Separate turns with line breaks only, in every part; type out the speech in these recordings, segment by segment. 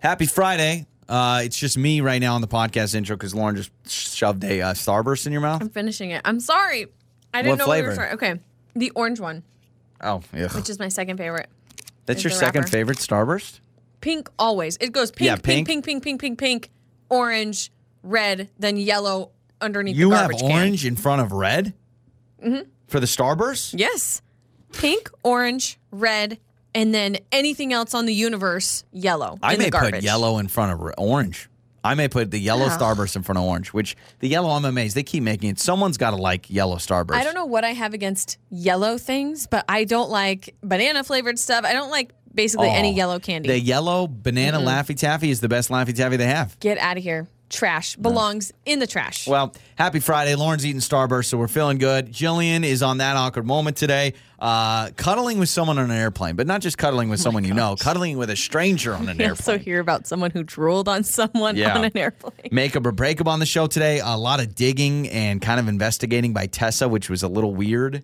Happy Friday. Uh, it's just me right now on the podcast intro because Lauren just shoved a uh, Starburst in your mouth.
I'm finishing it. I'm sorry. I didn't
What
know we
flavor?
were sorry. Okay. The orange one,
Oh, ugh.
which is my second favorite.
that's
is
your
the
second
wrapper.
favorite Starburst.
Pink always. It goes pink,
Yeah,
pink,
pink.
pink, pink, pink, pink, pink, orange, red, then yellow underneath
You
the
have
garbage can. Mm-hmm.
orange in front of red for the Starburst.
Yes. Pink, orange, red, and then anything else on the universe, yellow.
I
in the
may put
garbage.
yellow in front of r- orange. I may put the yellow
Ugh.
Starburst in front of orange, which the yellow I'm amazed they keep making it. Someone's got to like yellow Starburst.
I don't know what I have against yellow things, but I don't like banana flavored stuff. I don't like basically any
Oh.
yellow candy.
The yellow banana Laffy Taffy is the best Laffy Taffy they have.
Get out of here. Trash belongs in the trash.
Well, happy Friday. Lauren's eating Starburst, so we're feeling good. Jillian is on that awkward moment today, uh, cuddling with someone on an airplane, but not just cuddling with someone you know, cuddling with a stranger on an
I also
airplane.
hear about someone who drooled on someone
Yeah.
on an airplane.
Makeup or breakup on the show today. A lot of digging and kind of investigating by Tessa, which was a little weird.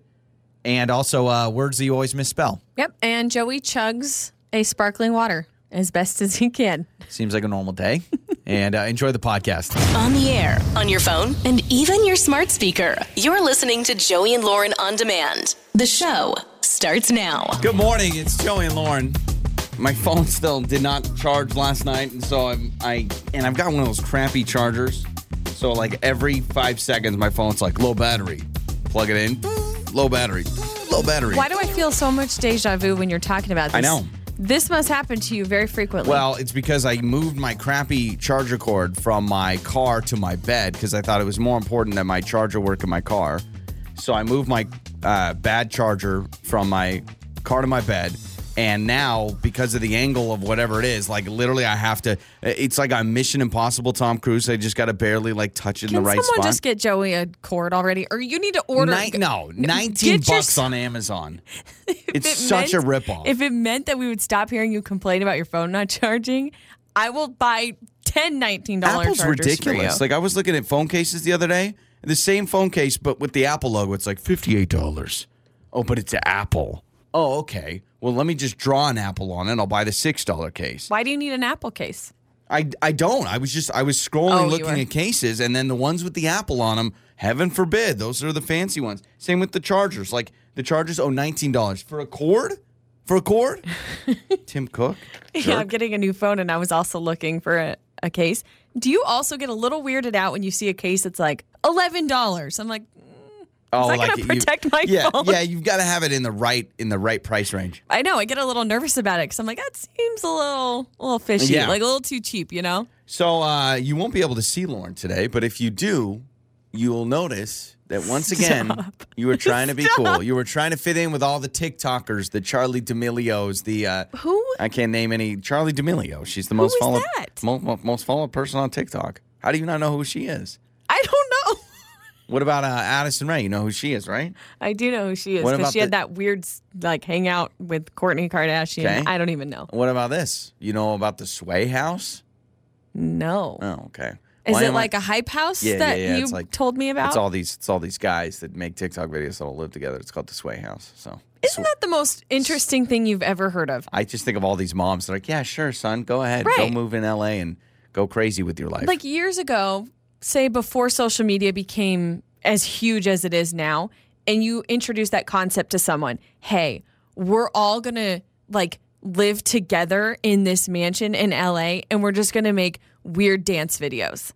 And also uh, words that you always misspell.
Yep. And Joey chugs a sparkling water as best as he can.
Seems like a normal day. and uh, enjoy the podcast.
On the air, on your phone, and even your smart speaker. You're listening to Joey and Lauren on demand. The show starts now.
Good morning. It's Joey and Lauren. My phone still did not charge last night, and so I'm I and I've got one of those crappy chargers. So like every five seconds, my phone's like low battery. Plug it in, low battery, low battery.
Why do I feel so much deja vu when you're talking about this?
I know.
This must happen to you very frequently.
Well, it's because I moved my crappy charger cord from my car to my bed because I thought it was more important that my charger work in my car. So I moved my uh, bad charger from my car to my bed. And now, because of the angle of whatever it is, like literally, I have to. It's like I'm Mission Impossible Tom Cruise. I just got to barely like touch it
can
in the right
someone
spot.
just get Joey a cord already? Or you need to order.
Ni- no, 19
Get your-
bucks on Amazon.
If
It's
it
such
meant-
a ripoff.
If it meant that we would stop hearing you complain about your phone not charging, I will buy 10 $19
Apple's
chargers
ridiculous.
For you.
Like I was looking at phone cases the other day, the same phone case but with the Apple logo. It's like fifty-eight dollars. Oh, but it's Apple. Oh, okay. Well, let me just draw an Apple on it. I'll buy the six-dollar case.
Why do you need an Apple case?
I I don't. I was just I was scrolling,
Oh, you
looking
were.
at cases, and then the ones with the Apple on them. Heaven forbid, those are the fancy ones. Same with the chargers. Like the chargers, oh, nineteen dollars for a cord. For a cord, Tim Cook.
Yeah, I'm getting a new phone, and I was also looking for a, a case. Do you also get a little weirded out when you see a case that's like eleven dollars? I'm like,
Oh,
that gonna
you-
protect my
yeah,
phone?
Yeah, you've got to have it in the right in the right price range.
I know. I get a little nervous about it because I'm like, that seems a little, a little fishy,
Yeah.
like a little too cheap, you know?
So uh, you won't be able to see Lauren today, but if you do, you'll notice that once again you were trying to be cool. You were trying to fit in with all the TikTokers, the Charlie D'Amelio's, the uh,
Who?
I can't name any Charlie D'Amelio. She's the most
is
followed
that?
mo- mo- most followed person on TikTok. How do you not know who she is?
I don't know.
What about uh, Addison Ray? You know who she is, right?
I do know who she is
What
because
about
she had
the-
that weird like hangout with Courtney Kardashian.
Okay.
I don't even know.
What about this? You know about the Sway House?
No.
Oh, okay.
is
Why
it
am I-
like a hype house
Yeah,
that
yeah, yeah,
you
it's like-
told me about?
It's all these. It's all these guys that make TikTok videos that all live together. It's called the Sway House. So
Isn't that the most interesting thing you've ever heard of?
I just think of all these moms. They're like, yeah, sure, son, go ahead, go
Right.
move in LA and go crazy with your life.
like years ago, say before social media became as huge as it is now, and you introduce that concept to someone, hey, we're all gonna like live together in this mansion in LA and we're just gonna make weird dance videos.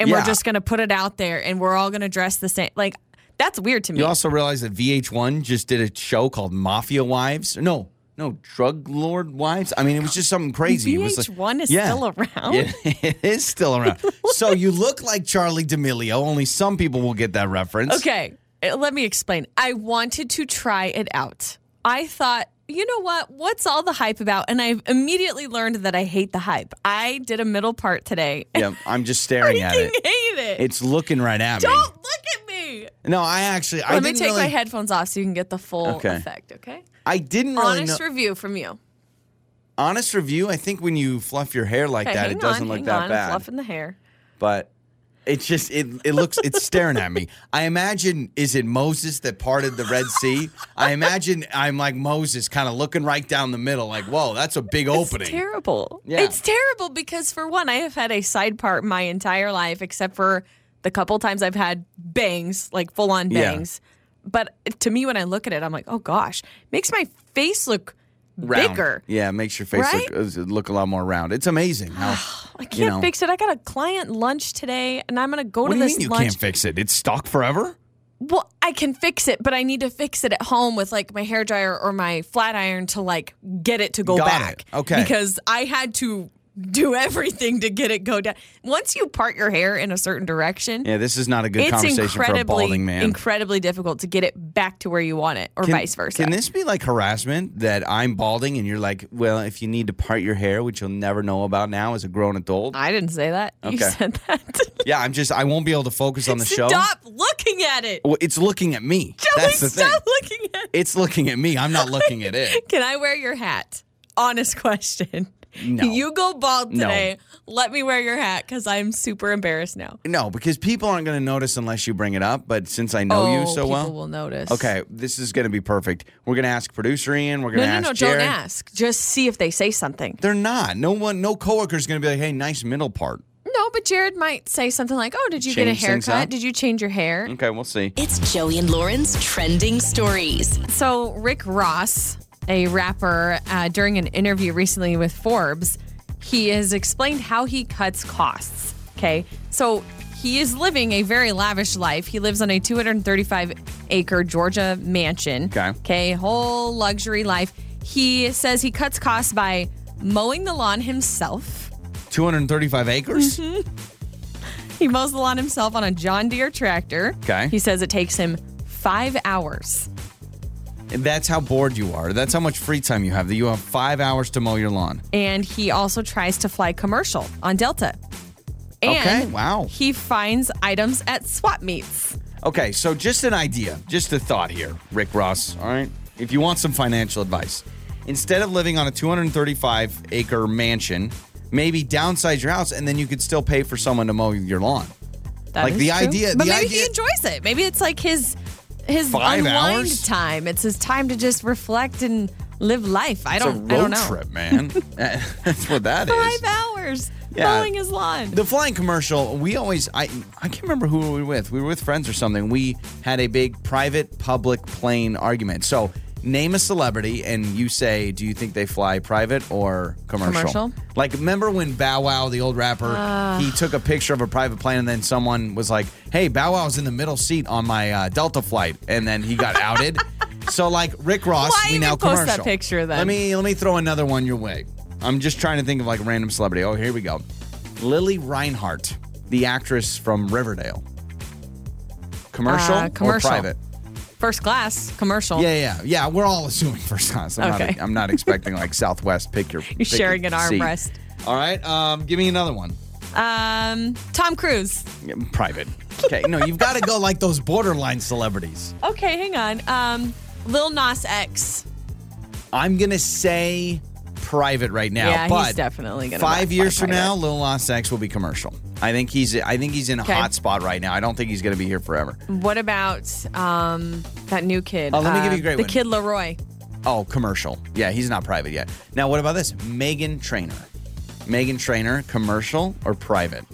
And
Yeah.
we're just gonna put it out there and we're all gonna dress the same. Like that's weird to me.
you also realize that VH1 just did a show called Mafia Wives. No, no, Drug Lord Wives. I mean, it was just something crazy. It was like-
VH1 is
Yeah.
still around.
Yeah, it is still around. so you look like Charlie D'Amelio. Only some people will get that reference.
Okay, uh, let me explain. I wanted to try it out. I thought, you know what? What's all the hype about? And I've immediately learned that I hate the hype. I did a middle part today. and
Yeah, I'm just staring
I
at
hate
it.
it.
It's looking right at me.
Don't look at me.
No, I actually, I
Let me
didn't
take
really,
my headphones off so you can get the full
Okay.
effect. Okay.
I didn't really
Honest
know.
review from you.
honest review. I think when you fluff your hair like
Okay,
that,
hang
it doesn't
on,
look
hang
that
on.
bad.
Fluffing the hair.
but It's just it. It looks. It's staring at me. I imagine. Is it Moses that parted the Red Sea? I imagine. I'm like Moses, kind of looking right down the middle. Like, whoa, that's a big opening.
It's terrible.
Yeah.
It's terrible because for one, I have had a side part my entire life, except for the couple times I've had bangs, like full on
Yeah.
bangs. But to me, when I look at it, I'm like, oh gosh, makes my face look
round.
bigger.
Yeah, it makes your face
Right?
look uh, look a lot more round. It's amazing how.
I can't
You know.
fix it. I got a client lunch today, and I'm gonna go
what
to
do you
this
mean you
lunch.
can't fix it? It's stuck forever.
well, I can fix it, but I need to fix it at home with like my hair dryer or my flat iron to like get it to go
Got
back.
it. Okay.
Because I had to do everything to get it go down. Once you part your hair in a certain direction,
Yeah, this is not a good
it's
conversation for
incredibly
a balding man.
incredibly difficult to get it back to where you want it or vice versa.
Can this be like harassment that I'm balding and you're like, well, if you need to part your hair, which you'll never know about now as a grown adult.
I didn't say that. You
Okay.
said that.
yeah, I'm just, I won't be able to focus on the show.
Stop looking at it.
Well, it's looking at me.
Joey,
That's the thing.
stop looking at it.
It's looking at me. I'm not looking at it.
Can I wear your hat? Honest question.
No.
You go bald
No.
today. Let me wear your hat because I'm super embarrassed now.
No, because people aren't going to notice unless you bring it up. But since I know
oh,
you so
people
well,
will notice.
okay, this is going to be perfect. We're going to ask producer Ian. We're going
No,
to
no,
ask
no.
Jared.
Don't ask. Just see if they say something.
They're not. No one, no coworker's going to be like, hey, nice middle part.
No, but Jared might say something like, "Oh, did you
Change
get a
things up?
haircut? Did you change your hair?"
Okay, we'll see.
It's Joey and Lauren's trending stories.
So, Rick Ross, a rapper, uh, during an interview recently with Forbes, he has explained how he cuts costs. Okay. So, he is living a very lavish life. He lives on a 235 acre Georgia mansion.
Okay.
Okay. Whole luxury life. He says he cuts costs by mowing the lawn himself.
235 acres?
He mows the lawn himself on a John Deere tractor.
Okay.
He says it takes him five hours. Mm-hmm.
That's how bored you are. That's how much free time you have. That you have five hours to mow your lawn.
and he also tries to fly commercial on Delta. And
Okay, wow.
He finds items at swap meets.
Okay, so just an idea, just a thought here, Rick Ross. All right, if you want some financial advice, instead of living on a 235 acre mansion, maybe downsize your house, and then you could still pay for someone to mow your lawn.
That
Like
is
the
true.
idea-
but
the
maybe
idea-
he enjoys it. Maybe it's like his his
Five
unwind
hours?
time. It's his time to just reflect and live life. I
It's a
don't.
road
I don't know.
trip, man. That's what that is.
Five hours
Yeah.
mowing his lawn.
The flying commercial, we always I I can't remember who we were with. We were with friends or something. We had a big private public plane argument. So name a celebrity and you say, do you think they fly private or commercial?
Commercial?
Like remember when Bow Wow, the old rapper, he took a picture of a private plane and then someone was like, Hey, Bow Wow's in the middle seat on my uh, Delta flight, and then he got outed. so like Rick Ross,
Why
we
even
now
post that
commercial.
picture, then?
Let me let me throw another one your way. I'm just trying to think of like a random celebrity. Oh, here we go. Lily Reinhart, the actress from Riverdale. Commercial,
Uh, commercial.
or private?
First class commercial.
Yeah, yeah, yeah. We're all assuming first class. I'm,
Okay.
not, I'm not expecting like Southwest. Pick your.
You're
pick your
sharing an
seat.
armrest.
All right. Um, give me another one.
Um, Tom Cruise.
Yeah, Private. Okay. No, you've got to go like those borderline celebrities.
Okay, hang on. Um, Lil Nas X.
I'm gonna say private right now.
yeah,
but
he's definitely gonna.
Five
buy-
years
buy
from
private.
now, Lil Nas X will be commercial. I think he's I think he's in a
Okay.
hot spot right now. I don't think he's going to be here forever.
What about um, that new kid? uh,
Oh, let me give you a great
The
one.
kid Leroy.
Oh, commercial. Yeah, he's not private yet. Now, what about this? Megan Trainer. Megan Trainer, commercial or private?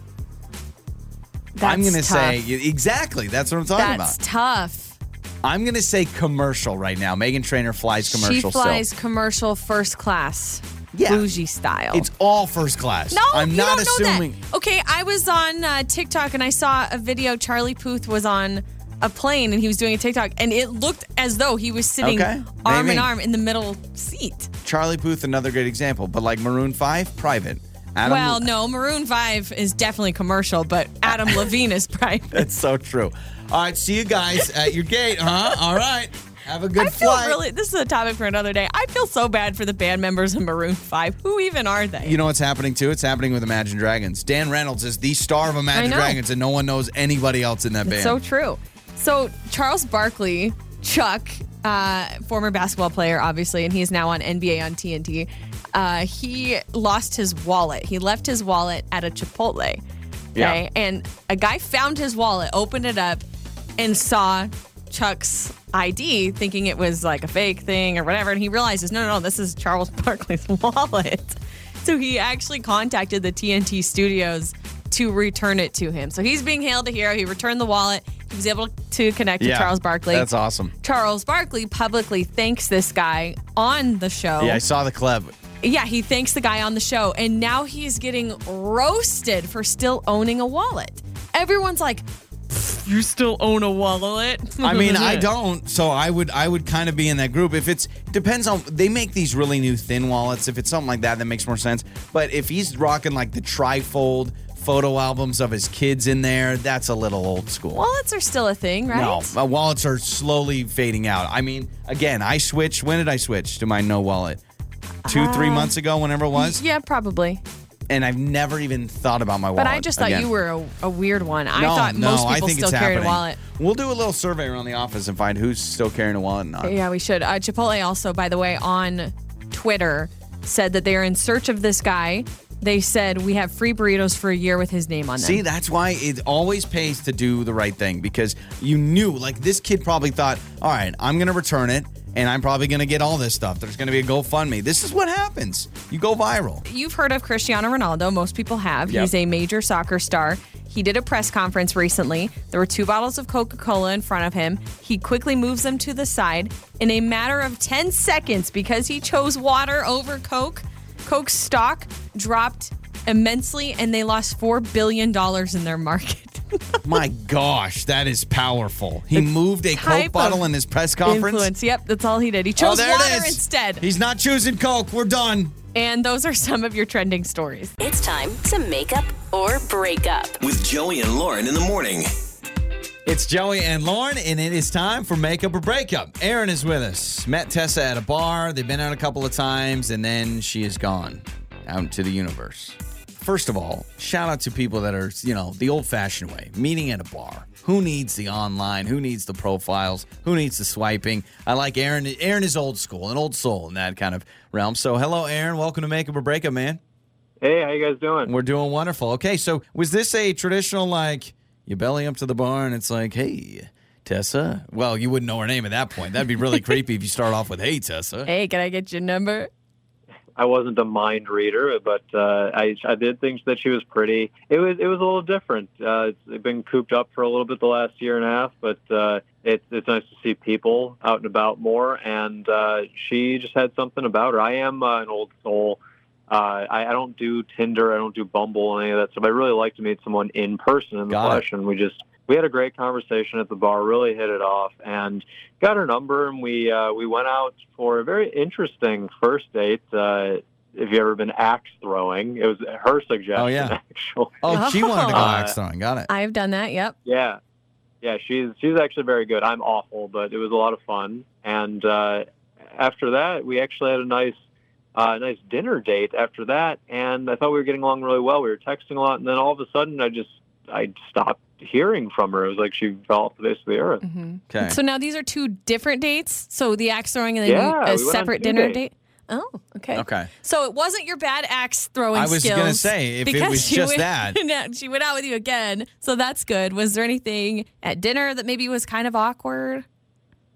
That's
I'm going to
tough.
say exactly. That's what I'm talking
that's
about.
tough.
I'm going to say commercial right now. Megan Trainer flies
She
commercial.
flies
still.
commercial first class,
Yeah.
bougie style.
It's all first class.
no,
I'm
you
not
don't
assuming.
know that. Okay, I was on uh, TikTok and I saw a video. Charlie Puth was on a plane and he was doing a TikTok, and it looked as though he was sitting
Okay,
arm
maybe.
in arm in the middle seat.
Charlie Puth, another great example, but like Maroon Five, private. Adam,
well, no, Maroon Five is definitely commercial, but Adam Levine is private.
That's so true. All right, see you guys at your gate, huh? All right. Have a good
I feel
flight.
really. This is a topic for another day. I feel so bad for the band members in Maroon Five. Who even are they?
you know what's happening too? It's happening with Imagine Dragons. Dan Reynolds is the star of Imagine
know.
Dragons, and no one knows anybody else in that band.
It's so true. So Charles Barkley, Chuck, uh, former basketball player, obviously, and he's now on NBA on TNT. Uh, he lost his wallet. He left his wallet at a Chipotle.
Yeah.
Okay. And a guy found his wallet, opened it up, and saw Chuck's ID, thinking it was like a fake thing or whatever. And he realizes, no, no, no, this is Charles Barkley's wallet. So he actually contacted the TNT studios to return it to him. So he's being hailed a hero. He returned the wallet. He was able to connect
Yeah.
to Charles Barkley.
That's awesome.
Charles Barkley publicly thanks this guy on the show.
Yeah, I saw the clip.
Yeah, he thanks the guy on the show, and now he's getting roasted for still owning a wallet. Everyone's like, "You still own a wallet?"
I mean, I don't, so I would I would kind of be in that group. If it's depends on they make these really new thin wallets. If it's something like that, that makes more sense. But if he's rocking like the trifold photo albums of his kids in there, that's a little old school.
Wallets are still a thing, right?
No, my wallets are slowly fading out. I mean, again, I switched. When did I switch to my no wallet? Two,
Uh,
three months ago, whenever it was,
Yeah, probably.
and I've never even thought about my wallet.
But I just thought
again.
you were a, a weird one. I
No,
thought
no,
most
I
people
think
still
it's
carried
happening.
a wallet.
We'll do a little survey around the office and find who's still carrying a wallet and not.
Yeah, we should. Uh, Chipotle also, by the way, on Twitter said that they are in search of this guy. They said we have free burritos for a year with his name on them.
See, that's why it always pays to do the right thing because you knew, like, this kid probably thought, all right, I'm going to return it and I'm probably going to get all this stuff. There's going to be a GoFundMe. This is what happens. You go viral.
You've heard of Cristiano Ronaldo. Most people have.
Yep.
He's a major soccer star. He did a press conference recently. There were two bottles of Coca Cola in front of him. He quickly moves them to the side. In a matter of 10 seconds, because he chose water over Coke, Coke's stock dropped immensely and they lost $4 billion in their market.
My gosh, that is powerful. He moved a
type
Coke bottle
of
in his press conference.
Influence. Yep, that's all he did. He
Oh,
chose
there
water
it is.
instead.
He's not choosing Coke. We're done.
and those are some of your trending stories.
It's time to make up or break up.
With Joey and Lauren in the morning.
It's Joey and Lauren, and it is time for Makeup or Breakup. Aaron is with us. Met Tessa at a bar. They've been out a couple of times, and then she is gone out into the universe. First of all, shout out to people that are, you know, the old fashioned way meeting at a bar. Who needs the online? Who needs the profiles? Who needs the swiping? I like Aaron. Aaron is old school, an old soul in that kind of realm. So, hello, Aaron. Welcome to Makeup or Breakup, man.
Hey, how you guys doing?
We're doing wonderful. Okay, so was this a traditional like you belly up to the bar and it's like, hey, Tessa? Well, you wouldn't know her name at that point. That'd be really creepy if you start off with, hey, Tessa.
Hey, can I get your number?
I wasn't a mind reader, but uh, I, I did think that she was pretty. It was it was a little different. Uh, it's been cooped up for a little bit the last year and a half, but uh, it's it's nice to see people out and about more. And uh, she just had something about her. I am uh, an old soul. Uh, I, I don't do Tinder. I don't do Bumble any of that stuff. I really like to meet someone in person in the
Got it.
flesh, and we just we had a great conversation at the bar. Really hit it off, and got her number, and we uh, we went out for a very interesting first date. Uh, if you ever been axe throwing, it was her suggestion.
Oh, yeah.
actually.
Oh, she wanted to go
Oh.
axe throwing. Got it.
I've done that. Yep.
Yeah. Yeah, she's she's actually very good. I'm awful, but it was a lot of fun. And uh, after that, we actually had a nice uh, nice dinner date after that, and I thought we were getting along really well. We were texting a lot, and then all of a sudden, I just I stopped hearing from her. It was like she fell off the face of the earth.
hmm
Okay.
So now these are two different dates. So the axe throwing and then
Yeah,
you-
we
a
went on
separate
two
dinner
dates.
date. Oh, okay.
Okay.
So it wasn't your bad axe throwing
I was
skills.
gonna say, if it
because
was
she
just
went-
that.
Yeah, she went out with you again. So that's good. Was there anything at dinner that maybe was kind of awkward?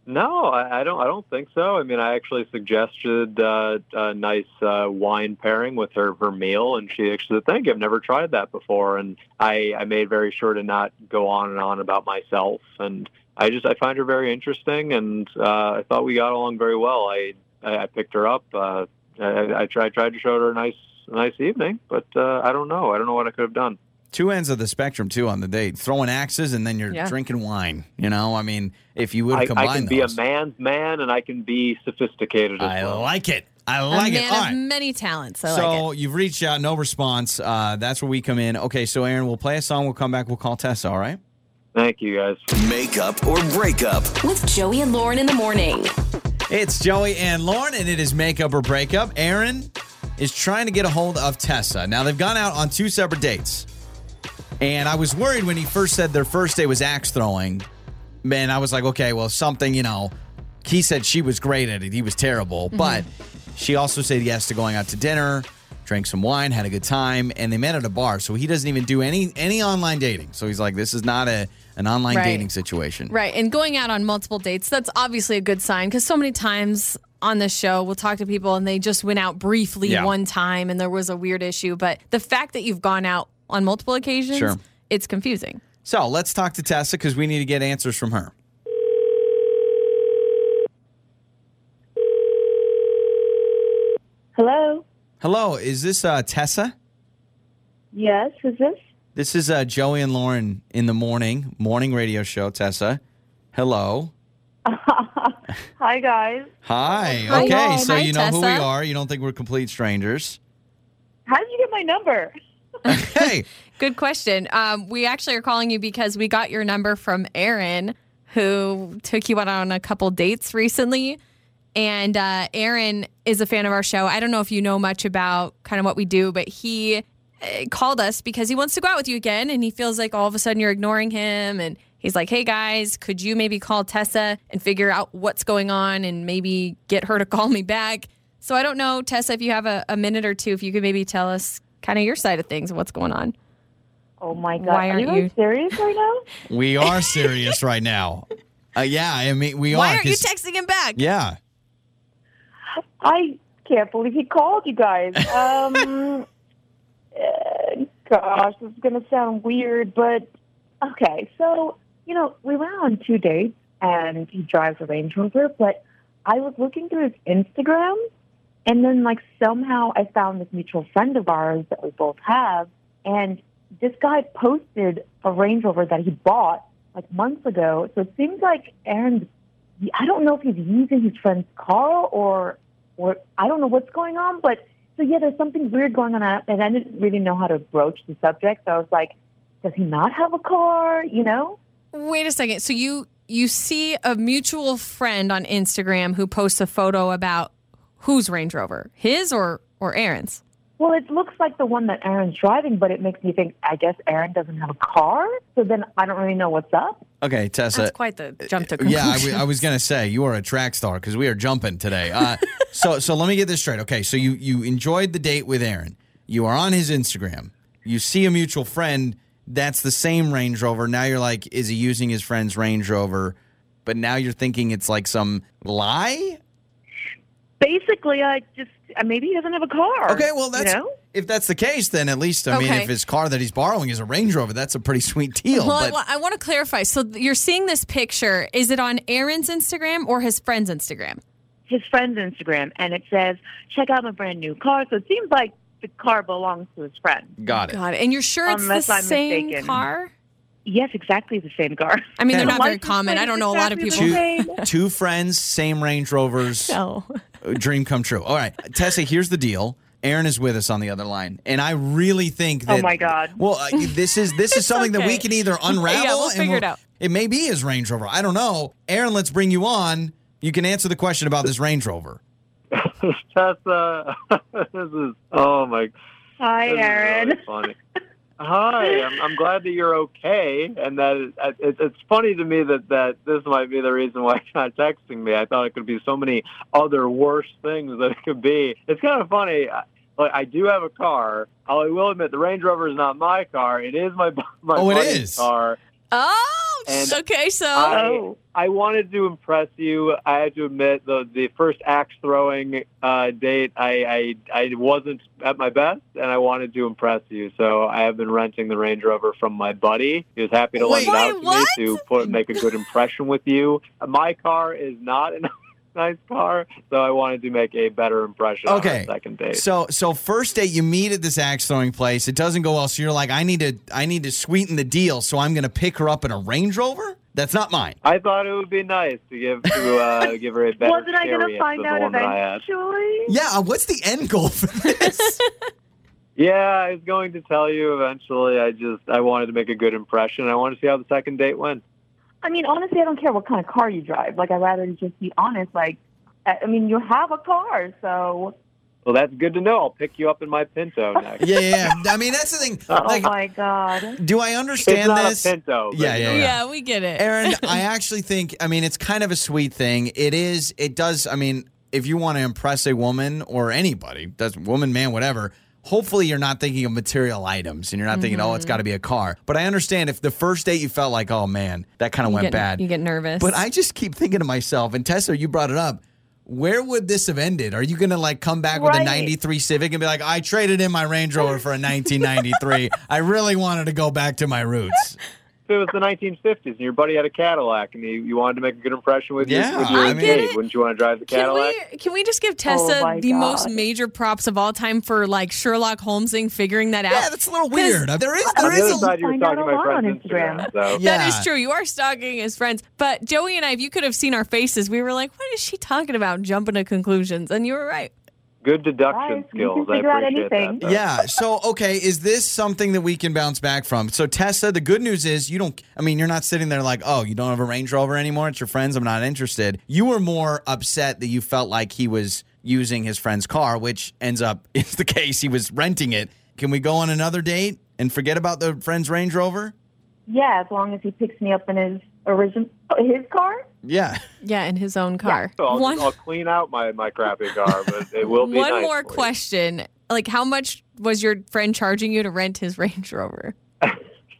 No, I, I don't. I don't think so. I mean, I actually suggested uh, a nice uh, wine pairing with her her meal, and she actually said, "Thank you. I've never tried that before." And I, I made very sure to not go on and on about myself. And I just I find her very interesting, and uh, I thought we got along very well. I I, I picked her up. Uh, I, I tried tried to show her a nice a nice evening, but uh, I don't know. I don't know what I could have done.
Two ends of the spectrum, too, on the date. Throwing axes and then you're
Yeah.
drinking wine. You know, I mean, if you would
I,
have
I
combined
can be a
those.
man's man, and I can be sophisticated as
I
well.
like it. I like
a
it.
man
All
of
right.
many talents. I
so
like
you've reached out, no response. Uh, that's where we come in. Okay, so Aaron, we'll play a song. We'll come back. We'll call Tessa. All right.
Thank you guys.
Make up or break up.
With Joey and Lauren in the morning.
It's Joey and Lauren, and it is Makeup or Breakup. Aaron is trying to get a hold of Tessa. Now, they've gone out on two separate dates. And I was worried when he first said their first date was axe throwing. Man, I was like, okay, well, something, you know, he said she was great at it. He was terrible. But she also said yes to going out to dinner. drank some wine, had a good time, and they met at a bar. So he doesn't even do any any online dating. So he's like, this is not a an online
Right.
dating situation.
Right. And going out on multiple dates, that's obviously a good sign because so many times on this show, we'll talk to people and they just went out briefly
Yeah.
one time and there was a weird issue. But the fact that you've gone out on multiple occasions,
Sure.
it's confusing.
So let's talk to Tessa because we need to get answers from her.
Hello.
Hello, is this uh, Tessa?
Yes, who's this?
This is uh, Joey and Lauren in the morning morning radio show. Tessa, hello.
Hi, guys.
Hi.
Hi.
Okay,
Hi.
so
Hi,
you know who we
Tessa.
are. You don't think we're complete strangers.
How did you get my number?
hey,
Good question. Um, we actually are calling you because we got your number from Aaron, who took you out on a couple dates recently. And uh, Aaron is a fan of our show. I don't know if you know much about kind of what we do, but he uh, called us because he wants to go out with you again. And he feels like all of a sudden you're ignoring him. And he's like, hey guys, could you maybe call Tessa and figure out what's going on and maybe get her to call me back? So I don't know, Tessa, if you have a, a minute or two, if you could maybe tell us kind of your side of things and what's going on.
Oh my god.
Why
are you
aren't
guys
you-
serious right now?
we are serious right now. Uh, yeah, I mean we
Why
are.
aren't you
'cause-
texting him back?
yeah.
I can't believe he called you guys. Um, uh, gosh, this is gonna sound weird, but okay. So you know, we went on two dates, and he drives a Range Rover. But I was looking through his Instagram, and then like somehow I found this mutual friend of ours that we both have, and this guy posted a Range Rover that he bought like months ago. So it seems like Aaron's. I don't know if he's using his friend's car or or I don't know what's going on, but so yeah, there's something weird going on, and I didn't really know how to broach the subject. So I was like, does he not have a car? You know?
Wait a second. So you you see a mutual friend on Instagram who posts a photo about whose Range Rover, his or or Aaron's.
Well, it looks like the one that Aaron's driving, but it makes me think. I guess Aaron doesn't have a car, so then I don't really know what's up.
Okay, Tessa.
That's quite the jump to conclusion.
uh, Yeah, I, w- I was gonna say you are a track star because we are jumping today. Uh, so, so let me get this straight. Okay, so you you enjoyed the date with Aaron. You are on his Instagram. You see a mutual friend that's the same Range Rover. Now you're like, is he using his friend's Range Rover? But now you're thinking it's like some lie.
Basically, I just uh, maybe he doesn't have a car.
Okay, well that's
you know?
if that's the case, then at least I mean,
Okay.
if his car that he's borrowing is a Range Rover, that's a pretty sweet deal.
well, I,
but
wa- I want to clarify. So th- you're seeing this picture. Is it on Aaron's Instagram or his friend's Instagram?
his friend's Instagram, and it says, "Check out my brand new car." So it seems like the car belongs to his friend.
got it.
God, and you're sure it's
Unless
the
I'm
same
mistaken.
car?
Yes, exactly the same car.
I mean, they're
Okay.
not very
License
common. I
plate
don't
is
know a lot of
exactly the
people.
same.
Two friends, same Range Rovers.
No.
dream come true. All right, Tessa, here's the deal. Aaron is with us on the other line, and I really think
Oh
that.
my God.
Well, uh, this is this is something that we
okay.
can either unravel.
we'll
and
figure it out.
It may be his Range Rover. I don't know. Aaron, let's bring you on. You can answer the question about this Range Rover.
Tessa, uh, this is oh my.
Hi,
this is
Aaron.
really funny. Hi, I'm, I'm glad that you're okay, and that it, it, it's funny to me that that this might be the reason why he's not texting me. I thought it could be so many other worse things that it could be. It's kind of funny. I- Like I do have a car. I will admit the Range Rover is not my car. It is my my
Oh, it
buddy's
is.
car.
Oh,
And
okay. So
I-
Oh.
I wanted to impress you. I had to admit the the first axe throwing uh, date, I, I I wasn't at my best, and I wanted to impress you. So I have been renting the Range Rover from my buddy. He was happy to
Wait.
lend it out
Wait,
to
what?
me to put make a good impression with you. My car is not a nice car, so I wanted to make a better impression. on
Okay.
our second date.
So, so first date, you meet at this axe throwing place. It doesn't go well, so you're like, I need to, I need to sweeten the deal. So I'm going to pick her up in a Range Rover. That's not mine.
I thought it would be nice to give to uh, give her a better
Wasn't I
experience
gonna find
than
out
the one that I had.
eventually?
Yeah, uh, what's the end goal for this?
Yeah, I was going to tell you eventually. I just I wanted to make a good impression. I wanted to see how the second date went.
I mean, honestly, I don't care what kind of car you drive. Like, I'd rather just be honest. Like, I I mean, you have a car, so.
Well, that's good to know. I'll pick you up in my Pinto next.
yeah, yeah, yeah. I mean, that's the thing.
Oh
Like,
my God.
do I understand
it's not
this?
a Pinto. but-
Yeah, yeah, yeah.
yeah, we get it.
Aaron, I actually think I mean it's kind of a sweet thing. It is. It does. I mean, if you want to impress a woman or anybody, does woman, man, whatever, hopefully you're not thinking of material items and you're not thinking,
Mm-hmm.
oh, it's got to be a car. But I understand if the first date you felt like, oh man, that kind of
You
went
get,
bad.
You get nervous.
But I just keep thinking to myself, and Tessa, you brought it up. Where would this have ended? Are you going to like come back with a
Right.
93 Civic and be like, I traded in my Range Rover for a 1993. I really wanted to go back to my roots.
If it was the 1950s and your buddy had a Cadillac and you, you wanted to make a good impression with
Yeah,
your, with your
I
date,
mean-
wouldn't you want to drive the
can
Cadillac?
we can we just give Tessa
my
the most
God.
major props of all time for like Sherlock Holmesing figuring that out?
Yeah, that's a little weird. There is,
On
there
the other
is a.
side, you were
Find out
talking
a
about
lot
friends
on Instagram.
so.
Yeah.
That is true. You are stalking his friends. But Joey and I, if you could have seen our faces, we were like, what is she talking about? Jumping to conclusions. And you were right.
Good deduction
Guys, we can
skills. I
figure out
appreciate
anything.
that. though.
Yeah. So, okay, is this something that we can bounce back from? So, Tessa, the good news is you don't, I mean, you're not sitting there like, oh, you don't have a Range Rover anymore. It's your friends. I'm not interested. You were more upset that you felt like he was using his friend's car, which ends up is the case. He was renting it. Can we go on another date and forget about the friend's Range Rover?
Yeah, as long as he picks me up in his original his car.
Yeah.
Yeah, in his own car.
So I'll,
one
I'll clean out my, my crappy car, but it will be
one
nice
more
for you.
question. Like, how much was your friend charging you to rent his Range Rover?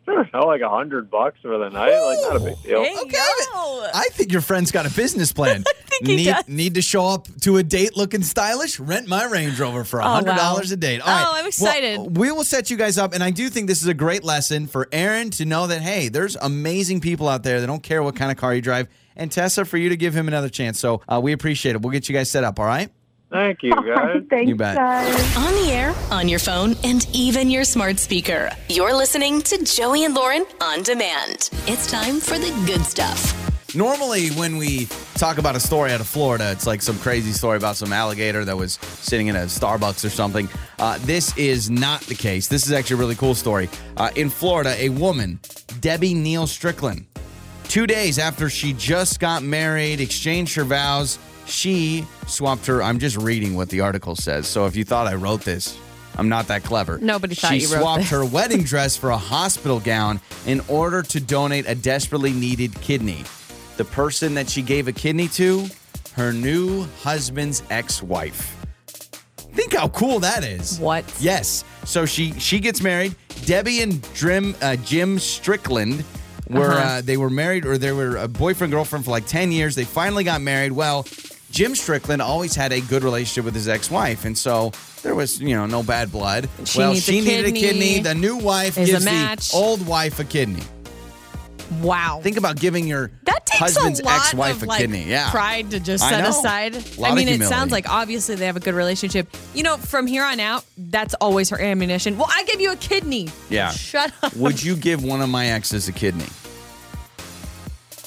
Oh, like a hundred bucks for the night? Like not a big deal.
Hey,
Okay.
yo.
I think your friend's got a business plan.
think he
need,
does.
need to show up to a date looking stylish? Rent my Range Rover for
Oh, wow.
$100 a date. All
Oh,
right.
I'm
Well,
excited.
we will set you guys up. And I do think this is a great lesson for Aaron to know that, hey, there's amazing people out there that don't care what kind of car you drive. And Tessa, for you to give him another chance. So uh, we appreciate it. We'll get you guys set up. All right.
Thank you, guys.
Thanks,
You bet.
guys.
On the air, on your phone, and even your smart speaker. You're listening to Joey and Lauren on demand. It's time for the good stuff.
Normally, when we talk about a story out of Florida, it's like some crazy story about some alligator that was sitting in a Starbucks or something. Uh, this is not the case. This is actually a really cool story. Uh, in Florida, a woman, Debbie Neal Strickland, two days after she just got married, exchanged her vows, she swapped her. I'm just reading what the article says. So if you thought I wrote this, I'm not that clever.
Nobody thought
she
you wrote
swapped
this.
her wedding dress for a hospital gown in order to donate a desperately needed kidney. The person that she gave a kidney to, her new husband's ex-wife. Think how cool that is.
What?
Yes. So she she gets married. Debbie and Jim uh, Jim Strickland were
Uh-huh.
uh they were married or they were a boyfriend girlfriend for like ten years. They finally got married. Well, Jim Strickland always had a good relationship with his ex wife, and so there was you know no bad blood.
She
well,
needs a
she needed a kidney.
kidney.
The new wife
Is a
gives the
match.
old wife a kidney.
Wow.
Think about giving your
that takes
husband's
a lot
ex-wife
of
a
like,
kidney. Yeah.
pride to just
I
set
know.
aside.
A lot
I
of
mean, it
humility.
sounds like obviously they have a good relationship. You know, from here on out, that's always her ammunition. Well, I give you a kidney.
Yeah.
Shut up.
Would you give one of my exes a kidney?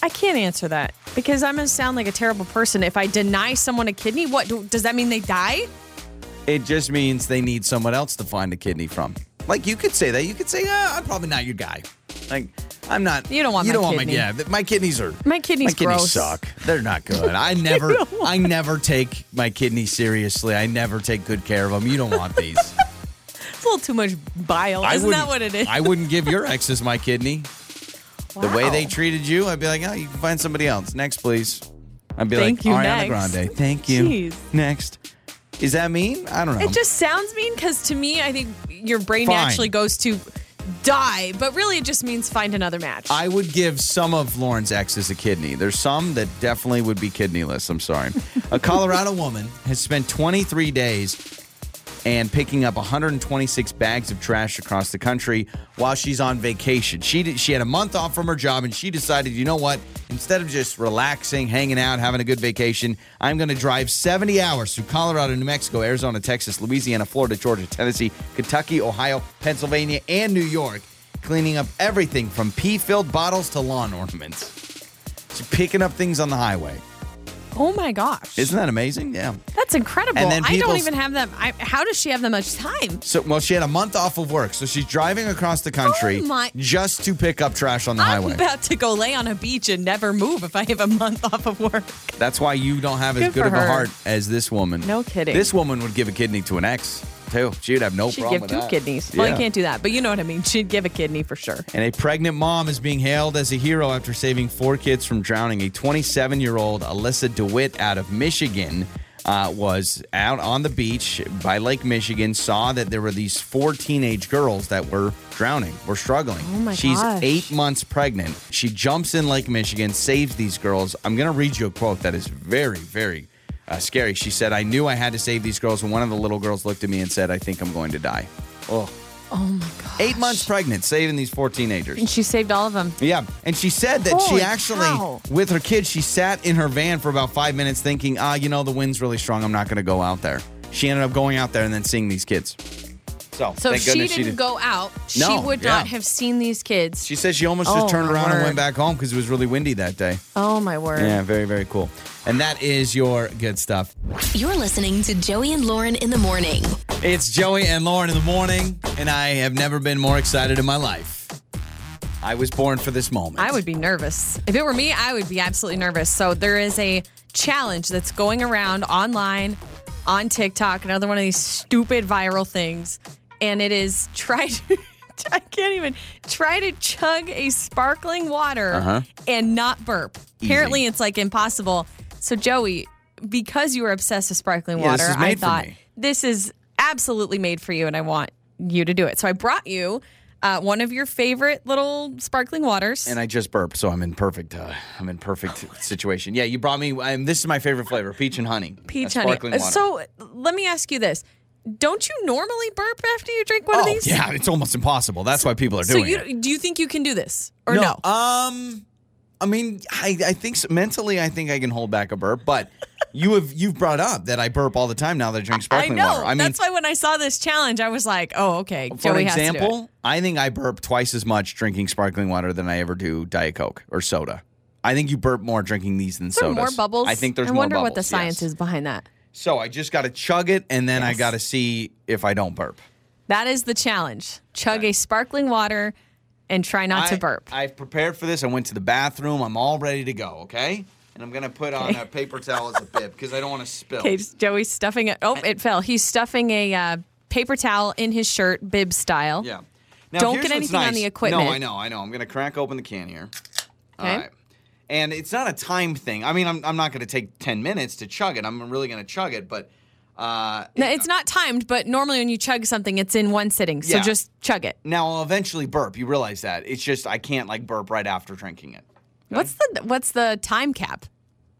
I can't answer that because I'm going to sound like a terrible person if I deny someone a kidney. What do, does that mean they die?
It just means they need someone else to find a kidney from. Like you could say that. You could say, "Yeah, I'm probably not your guy." Like I'm not.
You don't want
You
my
don't want my.
kidney.
Yeah, th- my kidneys are.
My kidney's
my kidneys
gross.
suck. They're not good. I never. I never take my kidneys seriously. I never take good care of them. You don't want these.
It's a little too much bile.
I
Isn't that
wouldn't-
what it is?
I wouldn't give your exes my kidney. The way they treated you, I'd be like, "Oh, you can find somebody else. Next, please." I'd be like,
Thank you,
Ariana
next."
Grande. Thank you.
Jeez.
Next. Is that mean? I don't know.
It just sounds mean because to me, I think your brain
Fine.
naturally goes to die, but really it just means find another match.
I would give some of Lauren's exes a kidney. There's some that definitely would be kidneyless. I'm sorry. A Colorado woman has spent 23 days and picking up 126 bags of trash across the country while she's on vacation. She did, she had a month off from her job and she decided, you know what? Instead of just relaxing, hanging out, having a good vacation, I'm going to drive 70 hours through Colorado, New Mexico, Arizona, Texas, Louisiana, Florida, Georgia, Tennessee, Kentucky, Ohio, Pennsylvania, and New York, cleaning up everything from pea-filled bottles to lawn ornaments. She's picking up things on the highway.
oh my gosh.
Isn't that amazing? Yeah.
That's incredible.
And then
I
people-
don't even have them. I, how does she have that much time?
So, well, she had a month off of work, so she's driving across the country
Oh my-
just to pick up trash on the
I'm
highway.
about to go lay on a beach and never move if I have a month off of work.
That's why you don't have as
Good
good
for
of a
her.
heart as this woman.
No kidding.
This woman would give a kidney to an ex too. She would have no
She'd
problem
give
with
two
that.
kidneys. Well,
Yeah.
I can't do that, but you know what I mean. She'd give a kidney for sure.
And a pregnant mom is being hailed as a hero after saving four kids from drowning. A 27 year old Alyssa DeWitt out of Michigan uh, was out on the beach by Lake Michigan, saw that there were these four teenage girls that were drowning, were struggling.
Oh my
She's
gosh.
eight months pregnant. She jumps in Lake Michigan, saves these girls. I'm going to read you a quote that is very, very uh, scary. She said, I knew I had to save these girls. And one of the little girls looked at me and said, I think I'm going to die. Oh,
Oh my god.
eight months pregnant, saving these four teenagers.
And she saved all of them.
Yeah, and she said that
Holy
she actually,
cow.
with her kids, she sat in her van for about five minutes, thinking, "Ah, you know, the wind's really strong. I'm not going to go out there." She ended up going out there and then seeing these kids. So,
So
thank
if she
goodness she
didn't
did.
go out,
No,
she would
yeah.
not have seen these kids.
She says she almost just
Oh,
turned
my
around and
word.
went back home because it was really windy that day.
oh my word.
Yeah, very very cool. And that is your good stuff.
You're listening to Joey and Lauren in the morning.
It's Joey and Lauren in the morning, and I have never been more excited in my life. I was born for this moment.
I would be nervous. If it were me, I would be absolutely nervous. So there is a challenge that's going around online on TikTok, another one of these stupid viral things. And it is try to, I can't even, try to chug a sparkling water
Uh-huh.
and not burp. Apparently, it's like impossible. So, Joey, because you are obsessed with sparkling
Yeah,
water,
this is
I
made for
thought
me.
this is absolutely made for you and I want you to do it. So I brought you uh, one of your favorite little sparkling waters.
and I just burped, so I'm in perfect. Uh, I'm in perfect
Oh,
situation. Yeah, you brought me. Um, this is my favorite flavor: peach and honey.
peach
Uh,
honey.
Sparkling
Uh,
water.
So let me ask you this: Don't you normally burp after you drink one
oh,
of these?
yeah, it's almost impossible. That's why people are
So
doing it.
you do you think you can do this or no?
Um, I mean, I, I think so. mentally, I think I can hold back a burp, but. You have you've brought up that I burp all the time now that I drink
I
sparkling
know.
water. I mean,
That's why when I saw this challenge, I was like, "Oh, okay."
for
Joey has to do it.
example, I think I burp twice as much drinking sparkling water than I ever do Diet Coke or soda. I think you burp more drinking these than
Is there
sodas.
more bubbles.
I think there's
I
more
wonder
bubbles.
what the science
yes.
is behind that.
So I just got to chug it, and then I
Yes.
got to see if I don't burp.
That is the challenge: chug a sparkling water and try not
I,
to burp.
I've prepared for this. I went to the bathroom. I'm all ready to go. Okay, and I'm gonna put on a paper towel as a bib because I don't want to spill.
Okay, Joey's stuffing it. Oh, it fell. He's stuffing a uh, paper towel in his shirt, bib style.
Yeah. Now,
Don't
here's
get
what's
anything on
nice.
the equipment.
No, I know, I know. I'm gonna crack open the can here.
Okay.
All right. And it's not a time thing. I mean, I'm, I'm not gonna take 10 minutes to chug it. I'm really gonna chug it, but uh,
No, it's not timed, but normally when you chug something, it's in one sitting. So
Yeah.
just chug it.
now I'll eventually burp. You realize that? It's just I can't like burp right after drinking it.
What's the what's the time cap?